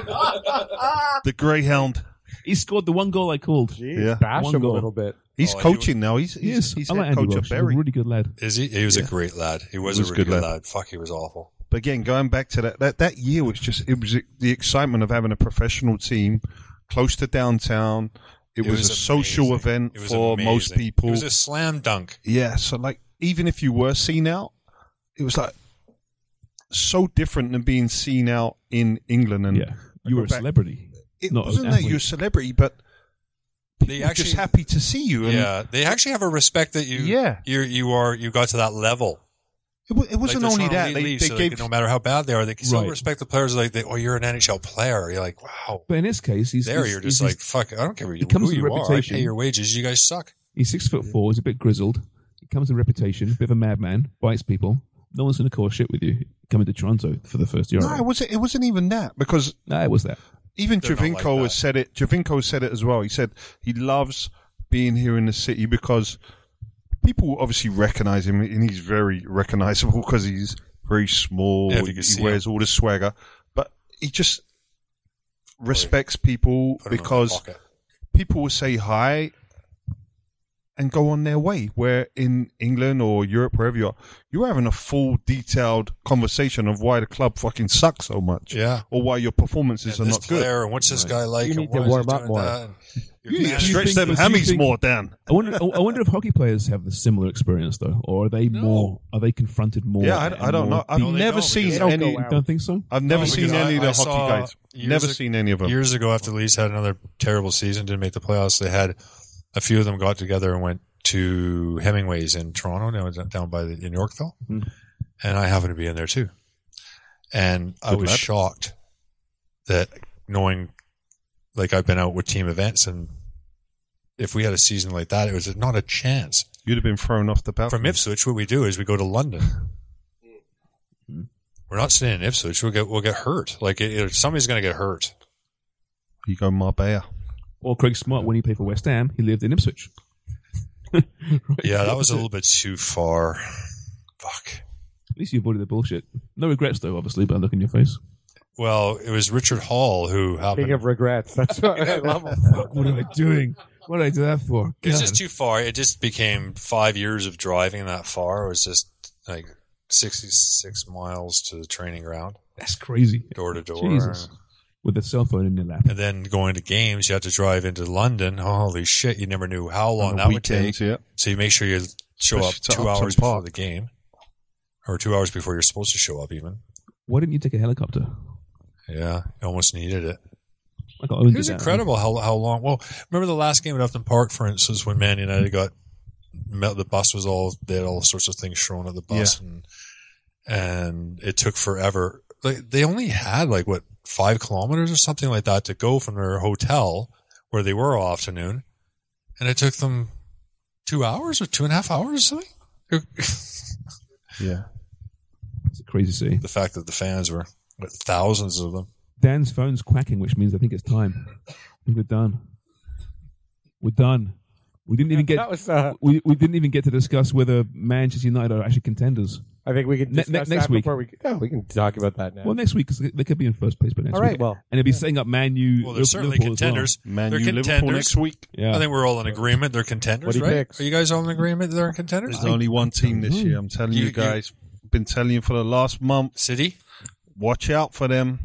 The Greyhound.
he scored the one goal I called.
Yeah.
Bash
One
him a
goal.
little bit.
He's
Oh, he
coaching now. He's he's,
Yes,
he's
I like
head coach
Andy Welsh.
at
He's a
Barry.
really good lad.
Is he? He was a great lad. He was, a really good, lad. Fuck, he was awful.
But again, going back to that, that that year was just it was the excitement of having a professional team close to downtown. It, was, a social
amazing.
event
It was
for most
amazing.
people.
It was a slam dunk.
yeah, so like even if you were seen out, it was like so different than being seen out in England. And
Yeah, you were a
back-
celebrity.
it
Not an
wasn't that
athlete.
you're a celebrity, but people
They
were
actually,
just happy to see you. And
yeah, they actually have a respect that you,
Yeah.
you you are you got to that level.
it, wa- it wasn't
Like, they're
only
trying to
that they,
leave,
they
so
gave
can- no matter how bad they are, they can still
Right.
respect the players. Like, they, oh, you're an NHL player. You're like, wow.
But in this case, he's
there,
he's-
you're just
he's-
like, fuck. I don't care who you,
comes
who
with
you are. I
reputation.
pay your wages. You guys suck.
He's six foot four. He's a bit grizzled. He comes in reputation, bit of a madman, bites people. No one's going to call shit with you coming to Toronto for the first year.
no, it wasn't. It wasn't even that because
Nah, it was that.
even
They're not like
Javinko
that.
has said it. Javinko said it as well. He said he loves being here in the city because people obviously recognize him, and he's very recognizable because he's very small.
Yeah, if you
he
can see
wears all the swagger, but he just respects people
Put 'em in my
because
pocket.
people will say hi and go on their way. Where in England or Europe, wherever you are, you're having a full, detailed conversation of why the club fucking sucks so much.
Yeah.
Or why your performances
And
are
this
not good.
player, and what's this guy like?
You
and
need
why
to
is he
warm up
doing
more.
that, and your
You need to
manager-
stretch them
think- do you
hammies
think-
more, Dan.
I wonder. I wonder if hockey players have the similar experience though, or are they more? Are they confronted more?
Yeah, I,
and
I don't
more
know. I've
deep-
never
don't
seen
because
They don't
any.
go out. Don't think so.
I've never
No,
seen
because
any of
I-
the
I saw
hockey guys.
years
Never
ag-
seen any of them.
Years ago, after the Leafs had another terrible season, didn't make the playoffs, they had a few of them got together and went to Hemingway's in Toronto, down- down by the, in Yorkville,
Hmm.
and I happened to be in there too, and I
Good
was
lad.
shocked that knowing, like I've been out with team events, and if we had a season like that, it was not a chance.
You'd have been thrown off the balcony.
From Ipswich, what we do is we go to London.
Hmm.
We're not staying in Ipswich. We'll get we'll get hurt. Like it, it- somebody's going to get hurt.
you go Marbella.
Or Craig Smart, when he played for West Ham, he lived in Ipswich. Right?
Yeah, that was a little bit too far. Fuck.
At least you avoided the bullshit. No regrets though, obviously. But I look in your face.
Well, it was Richard Hall who happened.
Speaking of regrets, that's what I love.
What am I doing? What did I do that for?
it was just too far. It just became five years of driving that far. It was just like sixty-six miles to the training ground,
That's crazy.
door to door.
Jesus. With a cell phone in your lap.
And then going to games, you had to drive into London. Holy shit! You never knew how long
On the
that would take.
weekends, yeah.
So you make sure you show up
Especially to
two
Upton
hours before
Park.
the game, or two hours before you're supposed to show up. Even
Why didn't you take a helicopter?
yeah, you almost needed it.
I got Owen
It was
did that.
incredible how how long. Well, remember the last game at Upton Park, for instance, when Man United got met- the bus was all they had all sorts of things thrown at the bus, and and it took forever. Like they only had like what five kilometers or something like that to go from their hotel where they were all afternoon, and it took them two hours or two and a half hours or something.
Yeah.
It's a crazy scene.
the fact that the fans were with thousands of them.
Dan's phone's quacking, which means I think it's time. I think we're done. We're done. We didn't even
that
get.
was. Uh,
We, we didn't even get to discuss whether Manchester United are actually contenders.
I think we could
Ne- ne-
discuss
next
that
week.
before we. No, we can talk about that now.
Well, next week 'cause they could be in first place, but next
All right,
week,
well.
and they'll be setting up Man U.
Well, they're certainly
Liverpool as well.
contenders.
Man,
they're
you Liverpool
contenders.
next week.
Yeah,
I think we're all in agreement. They're contenders,
What do you
right?
pick?
Are you guys all in agreement? that They're contenders.
There's only one team this year. I'm telling
You-
you,
you-
guys. Been telling you for the last month.
City,
Watch out for them.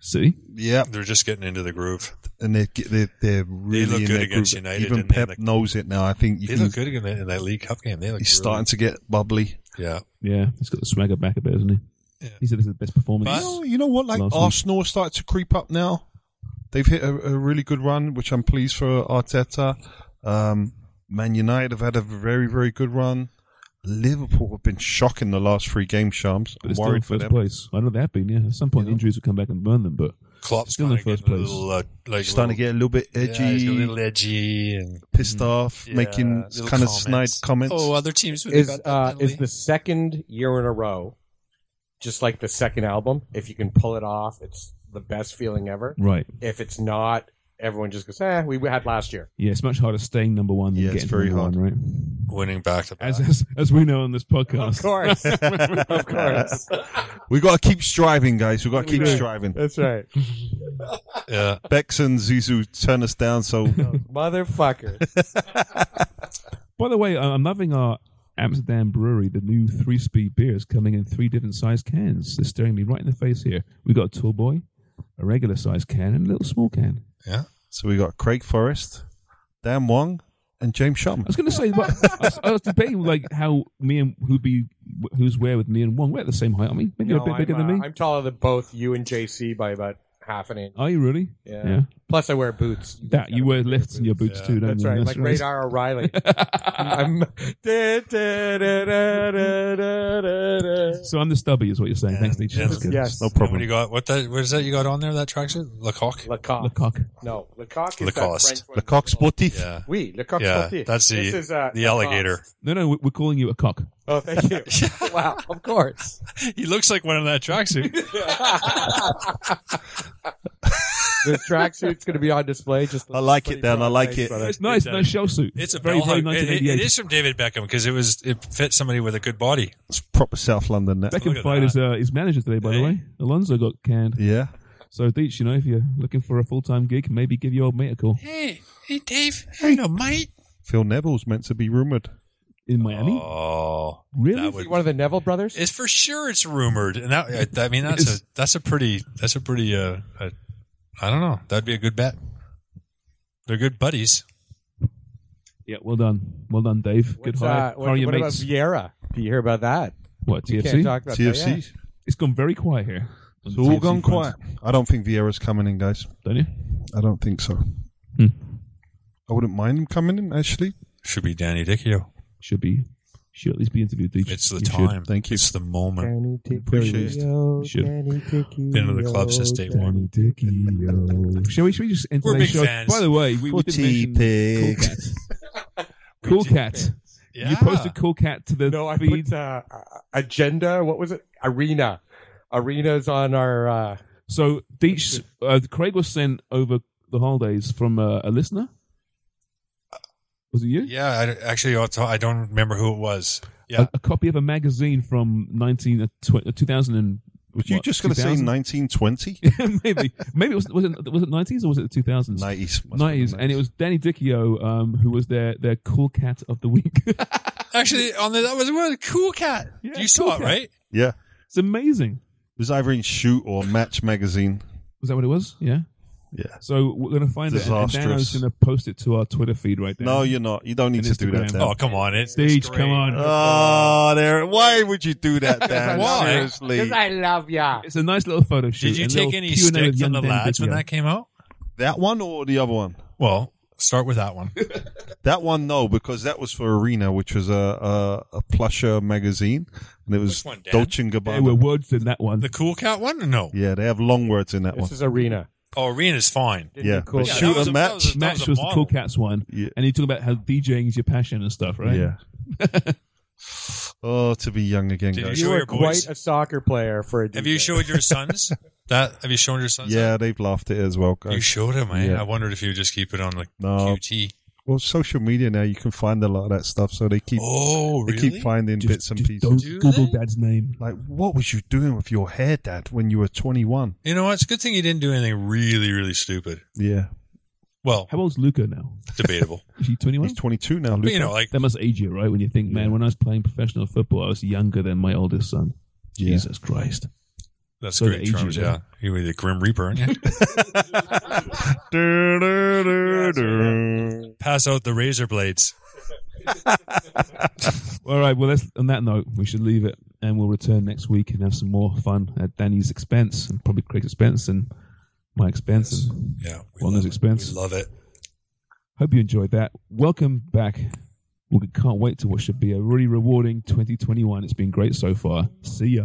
see,
Yeah,
they're just getting into the groove.
and they're get- they're, they're really
look
in
good
their
against
groove.
United,
Even
didn't they?
Pep
Like-
knows it now. I think you
They
can,
look good in that, in that League Cup game. They look.
he's
really-
starting to get bubbly.
Yeah,
yeah, he's got the swagger back a bit, hasn't he?
Yeah.
He said this is the best performance.
But-
You know, you know what? Like
Last week.
Arsenal started to creep up now. They've hit a, a really good run, which I'm pleased for Arteta. Um, Man United have had a very, very good run. Liverpool have been shocking the last three games, Shams.
but
I'm
it's still in
worried for
first
them.
place. I know they have been. Yeah, at some point injuries will come back and burn them, but
Klopp's
Still
kind
in
of
first
getting a
place.
little, uh, like
Starting to get a little bit edgy,
yeah, he's a little edgy and
pissed
Mm-hmm.
off,
yeah,
making
little
kind of snide comments.
Oh, other teams would
is
have got that
uh,
penalty.
is the second year in a row, just like the second album. If you can pull it off, it's the best feeling ever.
right.
If it's not, everyone just goes, eh, we had last year.
Yeah, it's much harder staying number one than
Yeah, it's
getting to
very
number
hard.
one, right?
winning back to back.
As, as as we know on this podcast,
Of course. of course.
We got to keep striving, guys. uh, We got to keep striving.
That's right.
Yeah.
Bex and Zuzu turn us down, so
Motherfucker.
By the way, I- I'm loving our Amsterdam brewery. The new three speed beers coming in three different size cans. They're staring me right in the face here. We got a tall boy, a regular size can, and a little small can.
Yeah.
so we got Craig Forrest, Dan Wong, and James
I
Shum.
was going to say, but I, was, I was debating like how me and who'd be who's where with me and Wong. We're at the same height. I mean, maybe you're a bit
I'm,
bigger
uh,
than me.
I'm taller than both you and JC by about half an inch.
Are you really?
Yeah. Plus, I wear boots.
That you wear lifts in your boots too, don't
That's
you?
right, like Radar O'Reilly. I'm.
So I'm the stubby, is what you're saying. Thanks, Nietzsche.
Yeah.
That's good.
Yes.
No
And What do you got? What that? What is that you got on there? That tracksuit? Lecoq.
Lecoq.
Lecoq.
No, Lecoq is
Lacoste.
that French one.
Lecoq Sportif.
Yeah.
Oui, Lecoq
Yeah.
sportif.
That's the
This is, uh,
the
Lacoste.
alligator.
No, no, we- we're calling you a cock.
Oh, thank you. wow, of course.
He looks like one in that tracksuit.
The tracksuit's going to be on display. Just
I like it, Dan. I like it.
It's nice, nice shell suit.
It's a
very,
bellhop.
very
It- it-
1988.
it is from David Beckham because it was it fit somebody with a good body.
It's proper South London. That.
Look
Beckham
at
fired
that.
his, uh, his manager today, by the
Hey.
way. Alonso got canned.
Yeah.
So, Deech, you know, if you're looking for a full time gig, maybe give your old mate a call.
Hey, hey, Dave. Hey, no, mate.
Phil Neville's meant to be rumored.
In Miami?
Oh,
really?
that would-
one of the Neville brothers.
it's for sure. It's rumored, and that I mean that's a that's a pretty that's a pretty uh, uh I don't know. That'd be a good bet. They're good buddies.
Yeah, well done. Well done, Dave. Good
What's,
hire.
uh,
How
what
are your
what about
mates?
Vieira? Do you hear about that?
What,
You can't
TFC?
talk about that, yeah.
TFC.
It's gone very quiet here.
It's
On the
all
TFC
gone quiet.
front,
I don't think Vieira's coming in, guys.
Don't you?
I don't think so.
Hmm.
I wouldn't mind him coming in, actually.
Should be Danny Dicchio.
Should be. Should at least be interviewed, Deech.
It's the
You should.
time.
Thank you.
It's the moment.
Appreciate it.
Should.
Been to the club since day one.
Shall we, should we just end
We're
today's
big
show?
fans.
By the way, we, we did
Footy
mention Cool
pig.
Cat. cool Cat.
Yeah.
You posted Cool Cat to the
No, I
feed.
put uh, agenda. What was it? Arena. Arenas on our. Uh,
So Deech, uh, Craig was sent over the holidays from uh, a listener. Uh, Was it you?
Yeah, I, actually, I'll tell- I don't remember who it was.
A,
Yeah,
a copy of a magazine from 19, uh, tw- uh, 2000 and
Were you
what,
just going to say
2000?
1920?
maybe maybe it was was it was it nineties or was it the two thousands?
90s. Must be
Nineties,
the
and it was Danny Dicchio um, who was their their cool cat of the week.
actually, on the that was a cool cat.
Yeah,
you saw
Cool
it,
Cat.
right?
Yeah. It
it's amazing.
was either in Shoot or Match magazine.
Was that what it was? Yeah.
Yeah.
So we're gonna find it, and- and Dano's
Disastrous.
gonna post it to our Twitter feed right there.
No, you're not. You don't need
And
to do that.
Instagram.
Dan.
Oh, come on, it's
Stage, come on.
Oh, there. Why would you do that, Dan?
Why?
Seriously.
love ya.
It's a nice little photo shoot.
Did you
a
take
little
any
Q&A
stick
with young
from the
Dan
lads when
Dicchio.
that came out?
That one or the other one?
Well, start with that one.
That one, no, because that was for Arena, which was a a, a plusher magazine, and it was
Which one, Dan?
Dolce and
There were
Gabbana.
words in that one.
The cool cat one? No.
yeah, they have long words in that
This
one.
is Arena.
Oh, arena's fine.
Didn't
Yeah.
you Cool.
Yeah,
Cat?
Shoot
that was
a
that
match.
was that
Match
a
was the
model.
Cool Cats one,
Yeah.
and you talk about how DJing is your passion and stuff, right?
Yeah. oh, to be young again,
Did
guys.
you
You
Show
were
your boys.
quite a soccer player for a.
Have
DJ.
you showed your sons that? Have you shown your sons?
Yeah, they've laughed at it as well,
that? You
guys.
showed him, eh?
Yeah.
I wondered if you would just keep it on the
No.
QT.
well, social media now you can find a lot of that stuff, so they keep
Oh,
they
really?
keep finding bits and pieces.
Don't
Do
Google
they?
Dad's name.
Like, what was you doing with your hair, Dad, when you were 21?
you know what? It's a good thing you didn't do anything really, really stupid.
Yeah,
Well,
How old's Luca now?
debatable.
Is he twenty-one?
he's 22 now.
but
Luca.
you know, like
That must age you, right? When you think, man, when I was playing professional football, I was younger than my oldest son.
Yeah.
Jesus Christ.
that's
So
great
the age
terms.
you
Yeah, you were the Grim Reaper, aren't you? Pass out the razor blades.
All right. Well, let's, on that note, we should leave it and we'll return next week and have some more fun at Danny's expense and probably Craig's expense and my expense. And
Yeah, we
Well, there's
love it.
expense.
We love it.
hope you enjoyed that. Welcome back. We can't wait to what should be a really rewarding 2021. It's been great so far. See ya.